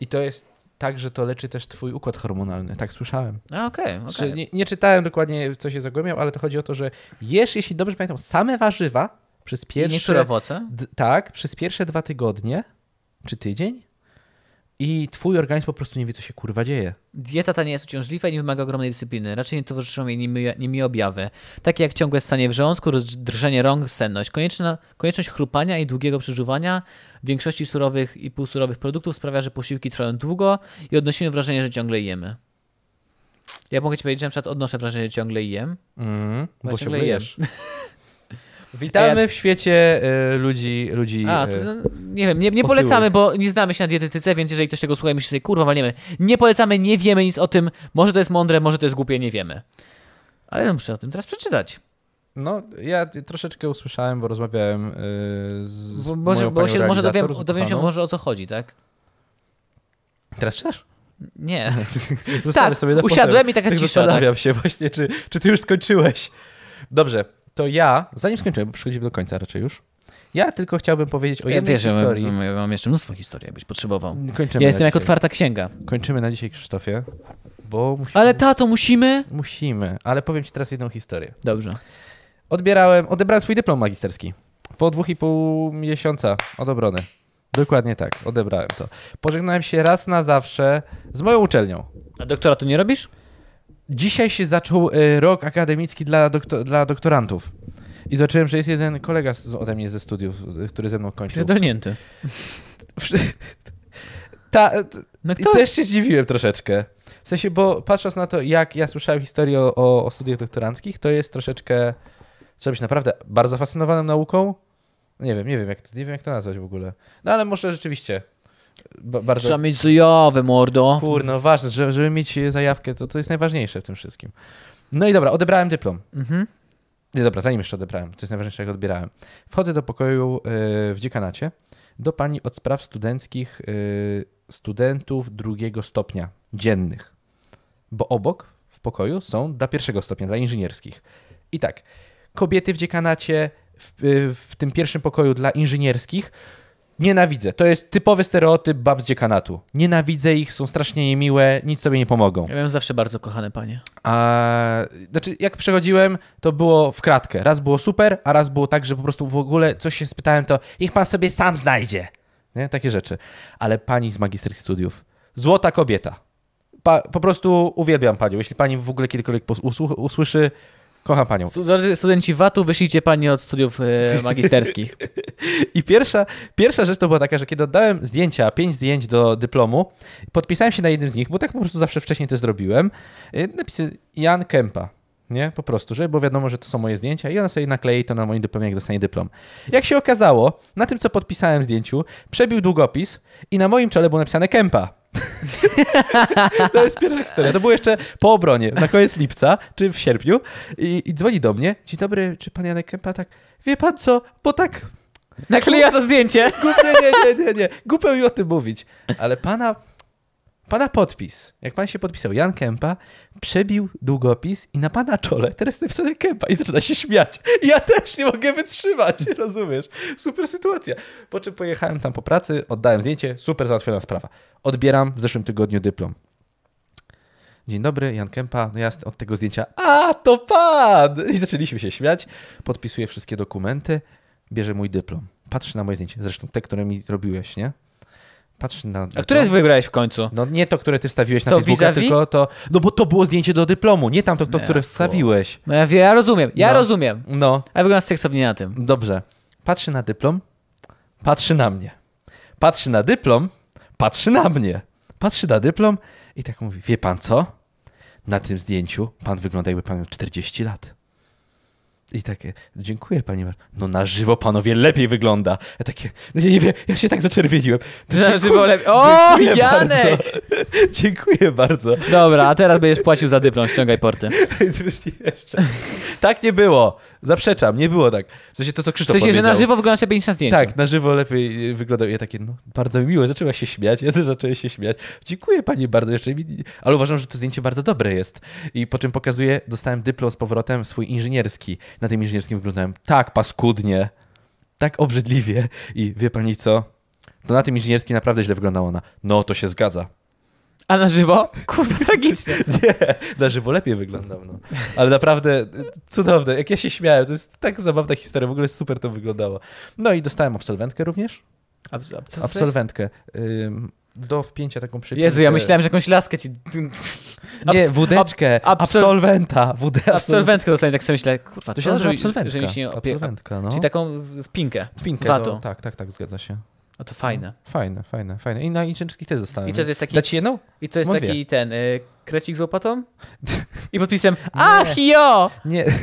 B: I to jest tak, że to leczy też twój układ hormonalny, tak słyszałem.
A: A, No Okej, okej.
B: Czy Nie, nie czytałem dokładnie, co się zagłębiał, ale to chodzi o to, że jesz, jeśli dobrze pamiętam, same warzywa przez
A: I niektóre
B: pierwsze...
A: owoce.
B: D- tak, przez pierwsze dwa tygodnie, czy tydzień i twój organizm po prostu nie wie, co się kurwa dzieje.
A: Dieta ta nie jest uciążliwa i nie wymaga ogromnej dyscypliny. Raczej nie towarzyszą jej nimi, nimi objawy, takie jak ciągłe stanie w żołądku, roz- drżenie rąk, senność. Konieczna, konieczność chrupania i długiego przeżuwania większości surowych i półsurowych produktów sprawia, że posiłki trwają długo i odnosimy wrażenie, że ciągle jemy. Ja mogę ci powiedzieć, że na przykład odnoszę wrażenie, że ciągle jem.
B: Mm,
A: Mhm, Bo
B: bo
A: ciągle
B: ciągle
A: jem.
B: jesz. Witamy w świecie y, ludzi, ludzi
A: A,
B: y,
A: to, no, nie wiem, nie, nie
B: otyłych.
A: polecamy, bo nie znamy się na dietetyce, więc jeżeli ktoś tego słucha, myśli sobie, kurwa, walniemy. Nie polecamy, nie wiemy nic o tym. Może to jest mądre, może to jest głupie, nie wiemy. Ale ja muszę o tym teraz przeczytać.
B: No, ja t- troszeczkę usłyszałem, bo rozmawiałem y, z, z
A: Bo,
B: moją
A: może bo
B: panią
A: się, może
B: realizator,
A: dowiem,
B: z
A: dowiem się
B: ukochaną.
A: może o co chodzi, tak?
B: Teraz czytasz?
A: Nie.
B: Zostawię na
A: Tak, usiadłem
B: potem. Tak
A: i taka cisza, tak.
B: Zastanawiam się właśnie, czy, czy ty już skończyłeś. Dobrze, to ja, zanim skończyłem, bo przychodzimy do końca raczej już, ja tylko chciałbym powiedzieć o
A: Ja no.
B: jednej
A: wiesz, ja mam,
B: historii.
A: ja mam jeszcze mnóstwo historii, jakbyś potrzebował.
B: Kończymy
A: Ja jestem
B: na
A: jak
B: dzisiaj.
A: otwarta księga.
B: Kończymy na dzisiaj, Krzysztofie, bo musimy,
A: Ale tato, musimy?
B: musimy. Ale powiem ci teraz jedną historię.
A: Dobrze.
B: Odbierałem, odebrałem swój dyplom magisterski. Po dwóch i pół miesiąca od obrony. Dokładnie tak, odebrałem to. Pożegnałem się raz na zawsze z moją uczelnią.
A: A doktora tu nie robisz?
B: Dzisiaj się zaczął e, rok akademicki dla, dokto, dla doktorantów. I zobaczyłem, że jest jeden kolega z, ode mnie ze studiów, z- który ze mną kończył.
A: Pierdolnięty.
B: Ta,
A: No
B: I
A: kto?
B: też się zdziwiłem troszeczkę. W sensie, bo patrząc na to, jak ja słyszałem historię o, o, o studiach doktoranckich, to jest troszeczkę. Trzeba być naprawdę bardzo zafascynowanym nauką. Nie wiem, nie wiem, jak, nie wiem, jak to nazwać w ogóle. No ale może rzeczywiście. Ba, bardzo.
A: Trzeba mieć zujowe, mordo.
B: Kurno, ważne, żeby, żeby mieć zajawkę, to, to jest najważniejsze w tym wszystkim. No i dobra, odebrałem dyplom.
A: Mhm.
B: Nie, dobra, zanim jeszcze odebrałem, to jest najważniejsze, jak odbierałem. Wchodzę do pokoju y, w dziekanacie do pani od spraw studenckich y, studentów drugiego stopnia, dziennych. Bo obok w pokoju są dla pierwszego stopnia, dla inżynierskich. I tak, kobiety w dziekanacie, w, y, w tym pierwszym pokoju dla inżynierskich, nienawidzę. To jest typowy stereotyp bab z dziekanatu. Nienawidzę ich, są strasznie niemiłe, nic tobie nie pomogą.
A: Ja miałem zawsze bardzo kochane panie.
B: A, znaczy, jak przechodziłem, to było w kratkę. Raz było super, a raz było tak, że po prostu w ogóle coś się spytałem, to niech pan sobie sam znajdzie. Nie? Takie rzeczy. Ale pani z magisterskich studiów. Złota kobieta. Pa, po prostu uwielbiam panią. Jeśli pani w ogóle kiedykolwiek pos- usłu- usłyszy, kocham panią.
A: Stu- Drodzy studenci VAT-u, wyślijcie pani od studiów e, magisterskich.
B: I pierwsza, pierwsza rzecz to była taka, że kiedy oddałem zdjęcia, pięć zdjęć do dyplomu, podpisałem się na jednym z nich, bo tak po prostu zawsze wcześniej to zrobiłem. Y, Napisy Jan Kempa. Nie, po prostu, żeby było wiadomo, że to są moje zdjęcia i ona sobie naklei to na moim dyplomie, jak dostanie dyplom. Jak się okazało, na tym, co podpisałem zdjęciu, przebił długopis i na moim czele było napisane Kempa. to jest pierwsza historia. To było jeszcze po obronie, na koniec lipca, czy w sierpniu. I, I dzwoni do mnie. Dzień dobry, czy pan Janek Kempa? Tak, wie pan co, bo tak
A: Nakleja to zdjęcie.
B: Głupie, nie, nie, nie, nie. Głupio mi o tym mówić. Ale pana, pana podpis, jak pan się podpisał, Jan Kępa, przebił długopis i na pana czole teraz napisane Kępa i zaczyna się śmiać. I ja też nie mogę wytrzymać, rozumiesz? Super sytuacja. Po czym pojechałem tam po pracy, oddałem zdjęcie, super załatwiona sprawa. Odbieram w zeszłym tygodniu dyplom. Dzień dobry, Jan Kępa. No ja z- od tego zdjęcia, a to pan! I zaczęliśmy się śmiać. Podpisuję wszystkie dokumenty, bierze mój dyplom. Patrzy na moje zdjęcie, zresztą te, które mi robiłeś, nie? Patrzy na.
A: A które wybrałeś w końcu?
B: No nie to, które ty wstawiłeś na
A: To
B: Facebooka,
A: vis-a-vis?
B: tylko to. No bo to było zdjęcie do dyplomu, nie tamto, to,
A: Nie,
B: które
A: fu.
B: wstawiłeś.
A: No ja, wie, ja rozumiem, ja
B: No.
A: rozumiem.
B: No,
A: A wygląda seksownie na tym.
B: dobrze. Patrzy na dyplom, patrzy na mnie. Patrzy na dyplom, patrzy na mnie. Patrzy na dyplom i tak mówi: Wie pan co? Na tym zdjęciu pan wygląda, jakby pan miał 40 lat. I takie, dziękuję pani bardzo. No na żywo panowie lepiej wygląda. Ja takie, no nie, nie wiem, ja się tak zaczerwieniłem.
A: Na żywo lepiej. O,
B: Dziękuję
A: Janek!
B: Bardzo. Dziękuję bardzo.
A: Dobra, a teraz będziesz płacił za dyplom, ściągaj porty.
B: Jeszcze. tak nie było. Zaprzeczam, nie było tak. W sensie to, co
A: W
B: Krzysztof
A: sensie, że
B: powiedział.
A: na żywo wyglądasz lepiej niż na zdjęciu.
B: Tak, na żywo lepiej y, wyglądał. Ja takie, no, bardzo mi miło, zaczęła się śmiać, ja też zacząłem się śmiać. Dziękuję pani bardzo, jeszcze mi... Ale uważam, że to zdjęcie bardzo dobre jest. I po czym pokazuję, dostałem dyplom z powrotem, swój inżynierski. Na tym inżynierskim wyglądałem tak paskudnie, tak obrzydliwie. I wie pani co? To na tym inżynierskim naprawdę źle wyglądała ona. No, to się zgadza.
A: A na żywo? Kurde, tragicznie.
B: Nie, na żywo lepiej wyglądał, no. Ale naprawdę y, cudowne. Jak ja się śmiałem, to jest tak zabawna historia, w ogóle super to wyglądało. No i dostałem absolwentkę również. Absolwentkę. Ym, do wpięcia taką przykrywkę.
A: Jezu, ja myślałem, że jakąś laskę ci...
B: Nie,
A: Abs-
B: wódeczkę.
A: ab- absol-
B: absolwenta. Wóde,
A: Absolwentkę dostałem, tak sobie myślę, kurwa,
B: To
A: co
B: się nazywa
A: zrobi-
B: absolwentka.
A: Że mi się nie opie...
B: Absolwentka, no.
A: Czyli taką w w pinkę.
B: Pinkę,
A: watą.
B: no, tak, tak, tak, zgadza się.
A: O, to fajne.
B: Fajne, fajne, fajne. I na inżynierskich też zostałem.
A: I to jest taki-
B: Dać ci jedną?
A: I to jest
B: Mówię.
A: taki ten, y, krecik z łopatą? I podpisem, ach jo!
B: Nie.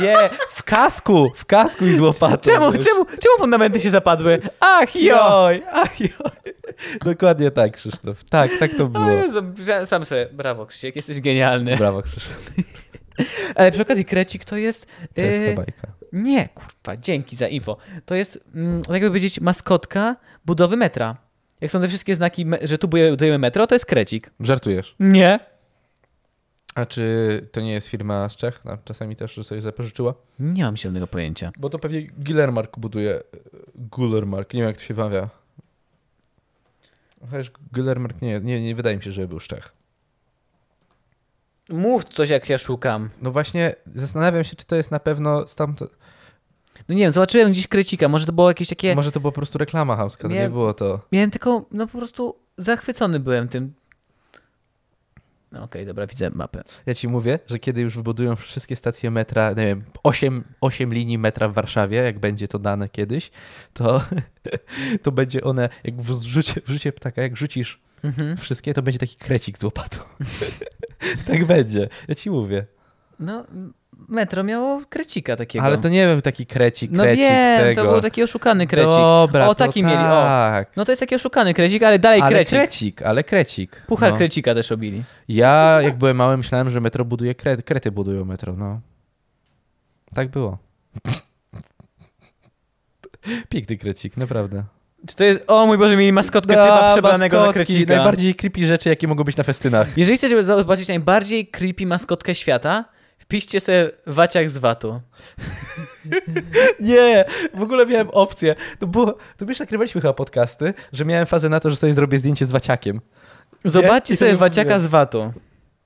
B: Nie, w kasku, w kasku i z łopatą.
A: Czemu,
B: Już.
A: czemu, czemu fundamenty się zapadły? Ach jo!
B: Joj, ach, joj. Dokładnie tak, Krzysztof. Tak, tak to
A: O
B: było.
A: Jezu, No sam sobie, brawo Krzysiek, jesteś genialny.
B: Brawo, Krzysztof.
A: Ale przy okazji krecik to jest...
B: To jest
A: y,
B: ta bajka.
A: Nie, kurwa, dzięki za info. To jest, mm, tak jakby powiedzieć, maskotka budowy metra. Jak są te wszystkie znaki, me- że tu buja- budujemy metro, to jest krecik.
B: Żartujesz.
A: Nie.
B: A czy to nie jest firma z Czech? No, czasami też że sobie zapożyczyła?
A: Nie mam zielonego pojęcia.
B: Bo to pewnie Gillermark buduje. e, Gullermark, nie wiem jak to się wymawia. Chociaż Gillermark nie, nie, nie wydaje mi się, żeby był z Czech.
A: Mów coś, jak ja szukam.
B: No właśnie, zastanawiam się, czy to jest na pewno stamtąd.
A: No nie wiem, zobaczyłem gdzieś krecika, może to było jakieś takie...
B: Może to była po prostu reklama hamska, to
A: Nie.
B: nie było to.
A: Miałem tylko, no po prostu zachwycony byłem tym. No okej, dobra, widzę mapę.
B: Ja ci mówię, że kiedy już wybudują wszystkie stacje metra, nie wiem, 8, 8 linii metra w Warszawie, jak będzie to dane kiedyś, to, to będzie one, jak w rzucie, w rzucie ptaka, jak rzucisz
A: Mhm.
B: wszystkie, to będzie taki krecik z łopatą. tak będzie, ja ci mówię.
A: No, m- metro miało krecika takiego.
B: Ale to nie był taki krecik,
A: No
B: krecik z
A: wiem,
B: tego.
A: to był taki oszukany krecik.
B: Dobra,
A: O,
B: to
A: taki
B: tak.
A: mieli, o. No to jest taki oszukany krecik, ale dalej
B: Ale
A: krecik.
B: krecik, ale krecik.
A: Puchar
B: no.
A: krecika też robili.
B: Ja, jak byłem mały, myślałem, że metro buduje krety, krety budują metro, no. Tak było. Piękny krecik, naprawdę.
A: Czy to jest... O mój Boże, mieli maskotkę typa przebranego za krecika.
B: Najbardziej creepy rzeczy, jakie mogą być na festynach.
A: Jeżeli chcecie zobaczyć najbardziej creepy maskotkę świata, wpiszcie sobie waciak z watu.
B: Nie, w ogóle miałem opcję. To było, to my już nagrywaliśmy chyba podcasty, że miałem fazę na to, że sobie zrobię zdjęcie z waciakiem.
A: Zobaczcie
B: Ja-
A: sobie
B: ja
A: waciaka
B: mówię.
A: z watu.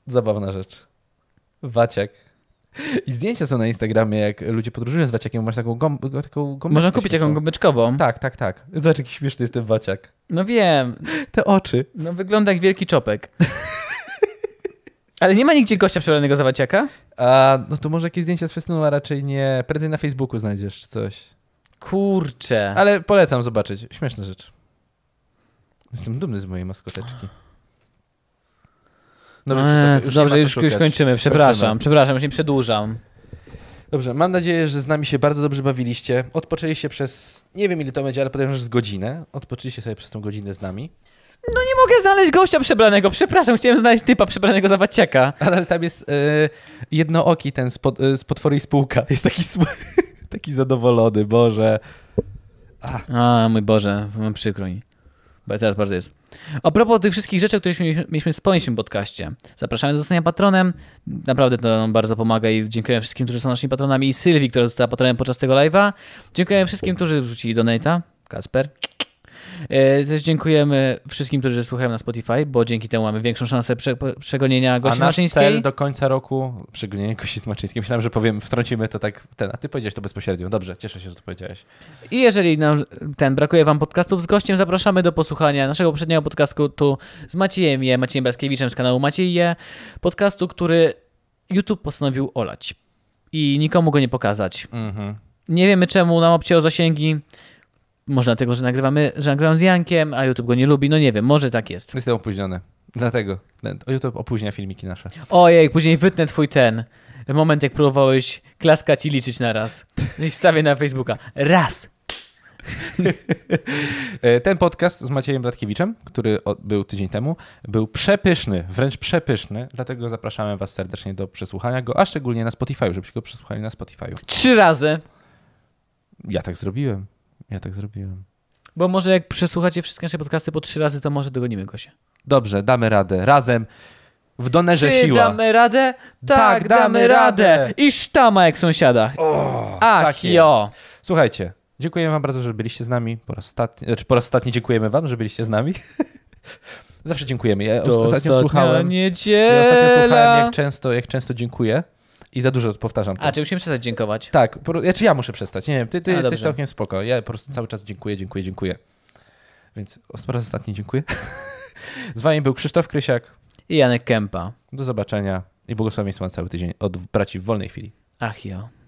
B: Zabawna rzecz. Waciak. I zdjęcia są na Instagramie, jak ludzie podróżują z waciakiem, masz taką, gom, go- taką gąbeczkę
A: Można kupić
B: śmieszną.
A: jaką gąbeczkową.
B: Tak, tak, tak. Zobacz, jaki śmieszny jest ten waciak.
A: No wiem,
B: Te oczy.
A: No wygląda jak wielki czopek. Ale nie ma nigdzie gościa przebranego za waciaka?
B: A, no to może jakieś zdjęcia z festynu, a raczej nie. Prędzej na Facebooku znajdziesz czy coś.
A: Kurczę.
B: Ale polecam zobaczyć. Śmieszna rzecz. Jestem dumny z mojej maskoteczki.
A: Eee,
B: tak- nie ma
A: dobrze
B: co
A: już, już
B: szukać.
A: kończymy. Przepraszam,
B: Kończymy.
A: przepraszam, już nie przedłużam.
B: Dobrze, mam nadzieję, że z nami się bardzo dobrze bawiliście. Odpoczęliście przez, nie wiem ile to będzie, ale podejrzewam, że z godzinę. Odpoczęliście sobie przez tą godzinę z nami.
A: Nie mogę znaleźć gościa przebranego, przepraszam, chciałem znaleźć typa przebranego za waciaka.
B: Ale tam jest yy, jednooki ten z, pod, y, z potwory i spółka. Jest taki, sm- taki zadowolony, Boże.
A: A, mój Boże, m, przykro mi. Bo teraz bardzo jest. A propos tych wszystkich rzeczy, o których mieliśmy- mieliśmy wspomnieć w tym podcaście. Zapraszamy do zostania patronem. Naprawdę to nam bardzo pomaga i dziękuję wszystkim, którzy są naszymi patronami i Sylwii, która została patronem podczas tego live'a. Dziękuję wszystkim, którzy wrzucili donata. Kasper. E, Też dziękujemy wszystkim, którzy słuchają na Spotify, bo dzięki temu mamy większą szansę prze, przegonienia
B: A
A: gości
B: nasz
A: Maczyńskiej.
B: cel do końca roku, przegonienie kości z Maczyńskim, myślałem, że powiem, wtrącimy to tak, ten, a ty powiedziałeś to bezpośrednio. Dobrze, cieszę się, że to powiedziałeś.
A: I jeżeli nam ten brakuje wam podcastów z gościem, zapraszamy do posłuchania naszego poprzedniego podcastu tu z Maciejem Je, Maciejem Bratkiewiczem z kanału Maciej Je, podcastu, który YouTube postanowił olać i nikomu go nie pokazać.
B: Mhm.
A: Nie wiemy czemu nam obcięło zasięgi. Może dlatego, że nagrywamy, że nagrywam z Jankiem, a YouTube go nie lubi. No nie wiem, może tak jest.
B: Jestem opóźniony. Dlatego ten- YouTube opóźnia filmiki nasze.
A: Ojej, później wytnę twój ten moment, jak próbowałeś klaskać i liczyć na raz. I wstawię na Facebooka. Raz.
B: E, Ten podcast z Maciejem Bratkiewiczem, który o- był tydzień temu, był przepyszny, wręcz przepyszny, dlatego zapraszamy Was serdecznie do przesłuchania go, a szczególnie na Spotify, żebyście go przesłuchali na Spotify.
A: Trzy razy.
B: Ja tak zrobiłem. Ja tak zrobiłem.
A: Bo może jak przesłuchacie wszystkie nasze podcasty po trzy razy, to może dogonimy go się.
B: Dobrze, damy radę. Razem w donerze
A: Czy
B: siła.
A: damy radę? Tak,
B: Tak,
A: damy,
B: damy
A: radę.
B: radę.
A: I sztama jak w sąsiadach.
B: O, tak
A: Ach, jo.
B: Słuchajcie, dziękujemy Wam bardzo, że byliście z nami. Po raz ostatni, znaczy po raz ostatni dziękujemy Wam, że byliście z nami. Zawsze dziękujemy. Ja
A: To
B: ostatnio
A: ostatnia
B: słuchałem. Ja
A: Niedziela.
B: ostatnio słuchałem, jak często, jak często dziękuję i za dużo powtarzam to.
A: A, czy musimy przestać dziękować?
B: Tak, po, znaczy ja muszę przestać. Nie wiem, ty, ty
A: A,
B: jesteś
A: dobrze.
B: całkiem spoko. Ja po prostu cały czas dziękuję, dziękuję, dziękuję. Więc os- po raz ostatni dziękuję. Z wami był Krzysztof Krysiak.
A: I Janek Kępa.
B: Do zobaczenia i błogosławieństwa na cały tydzień od braci w wolnej chwili.
A: Ach jo.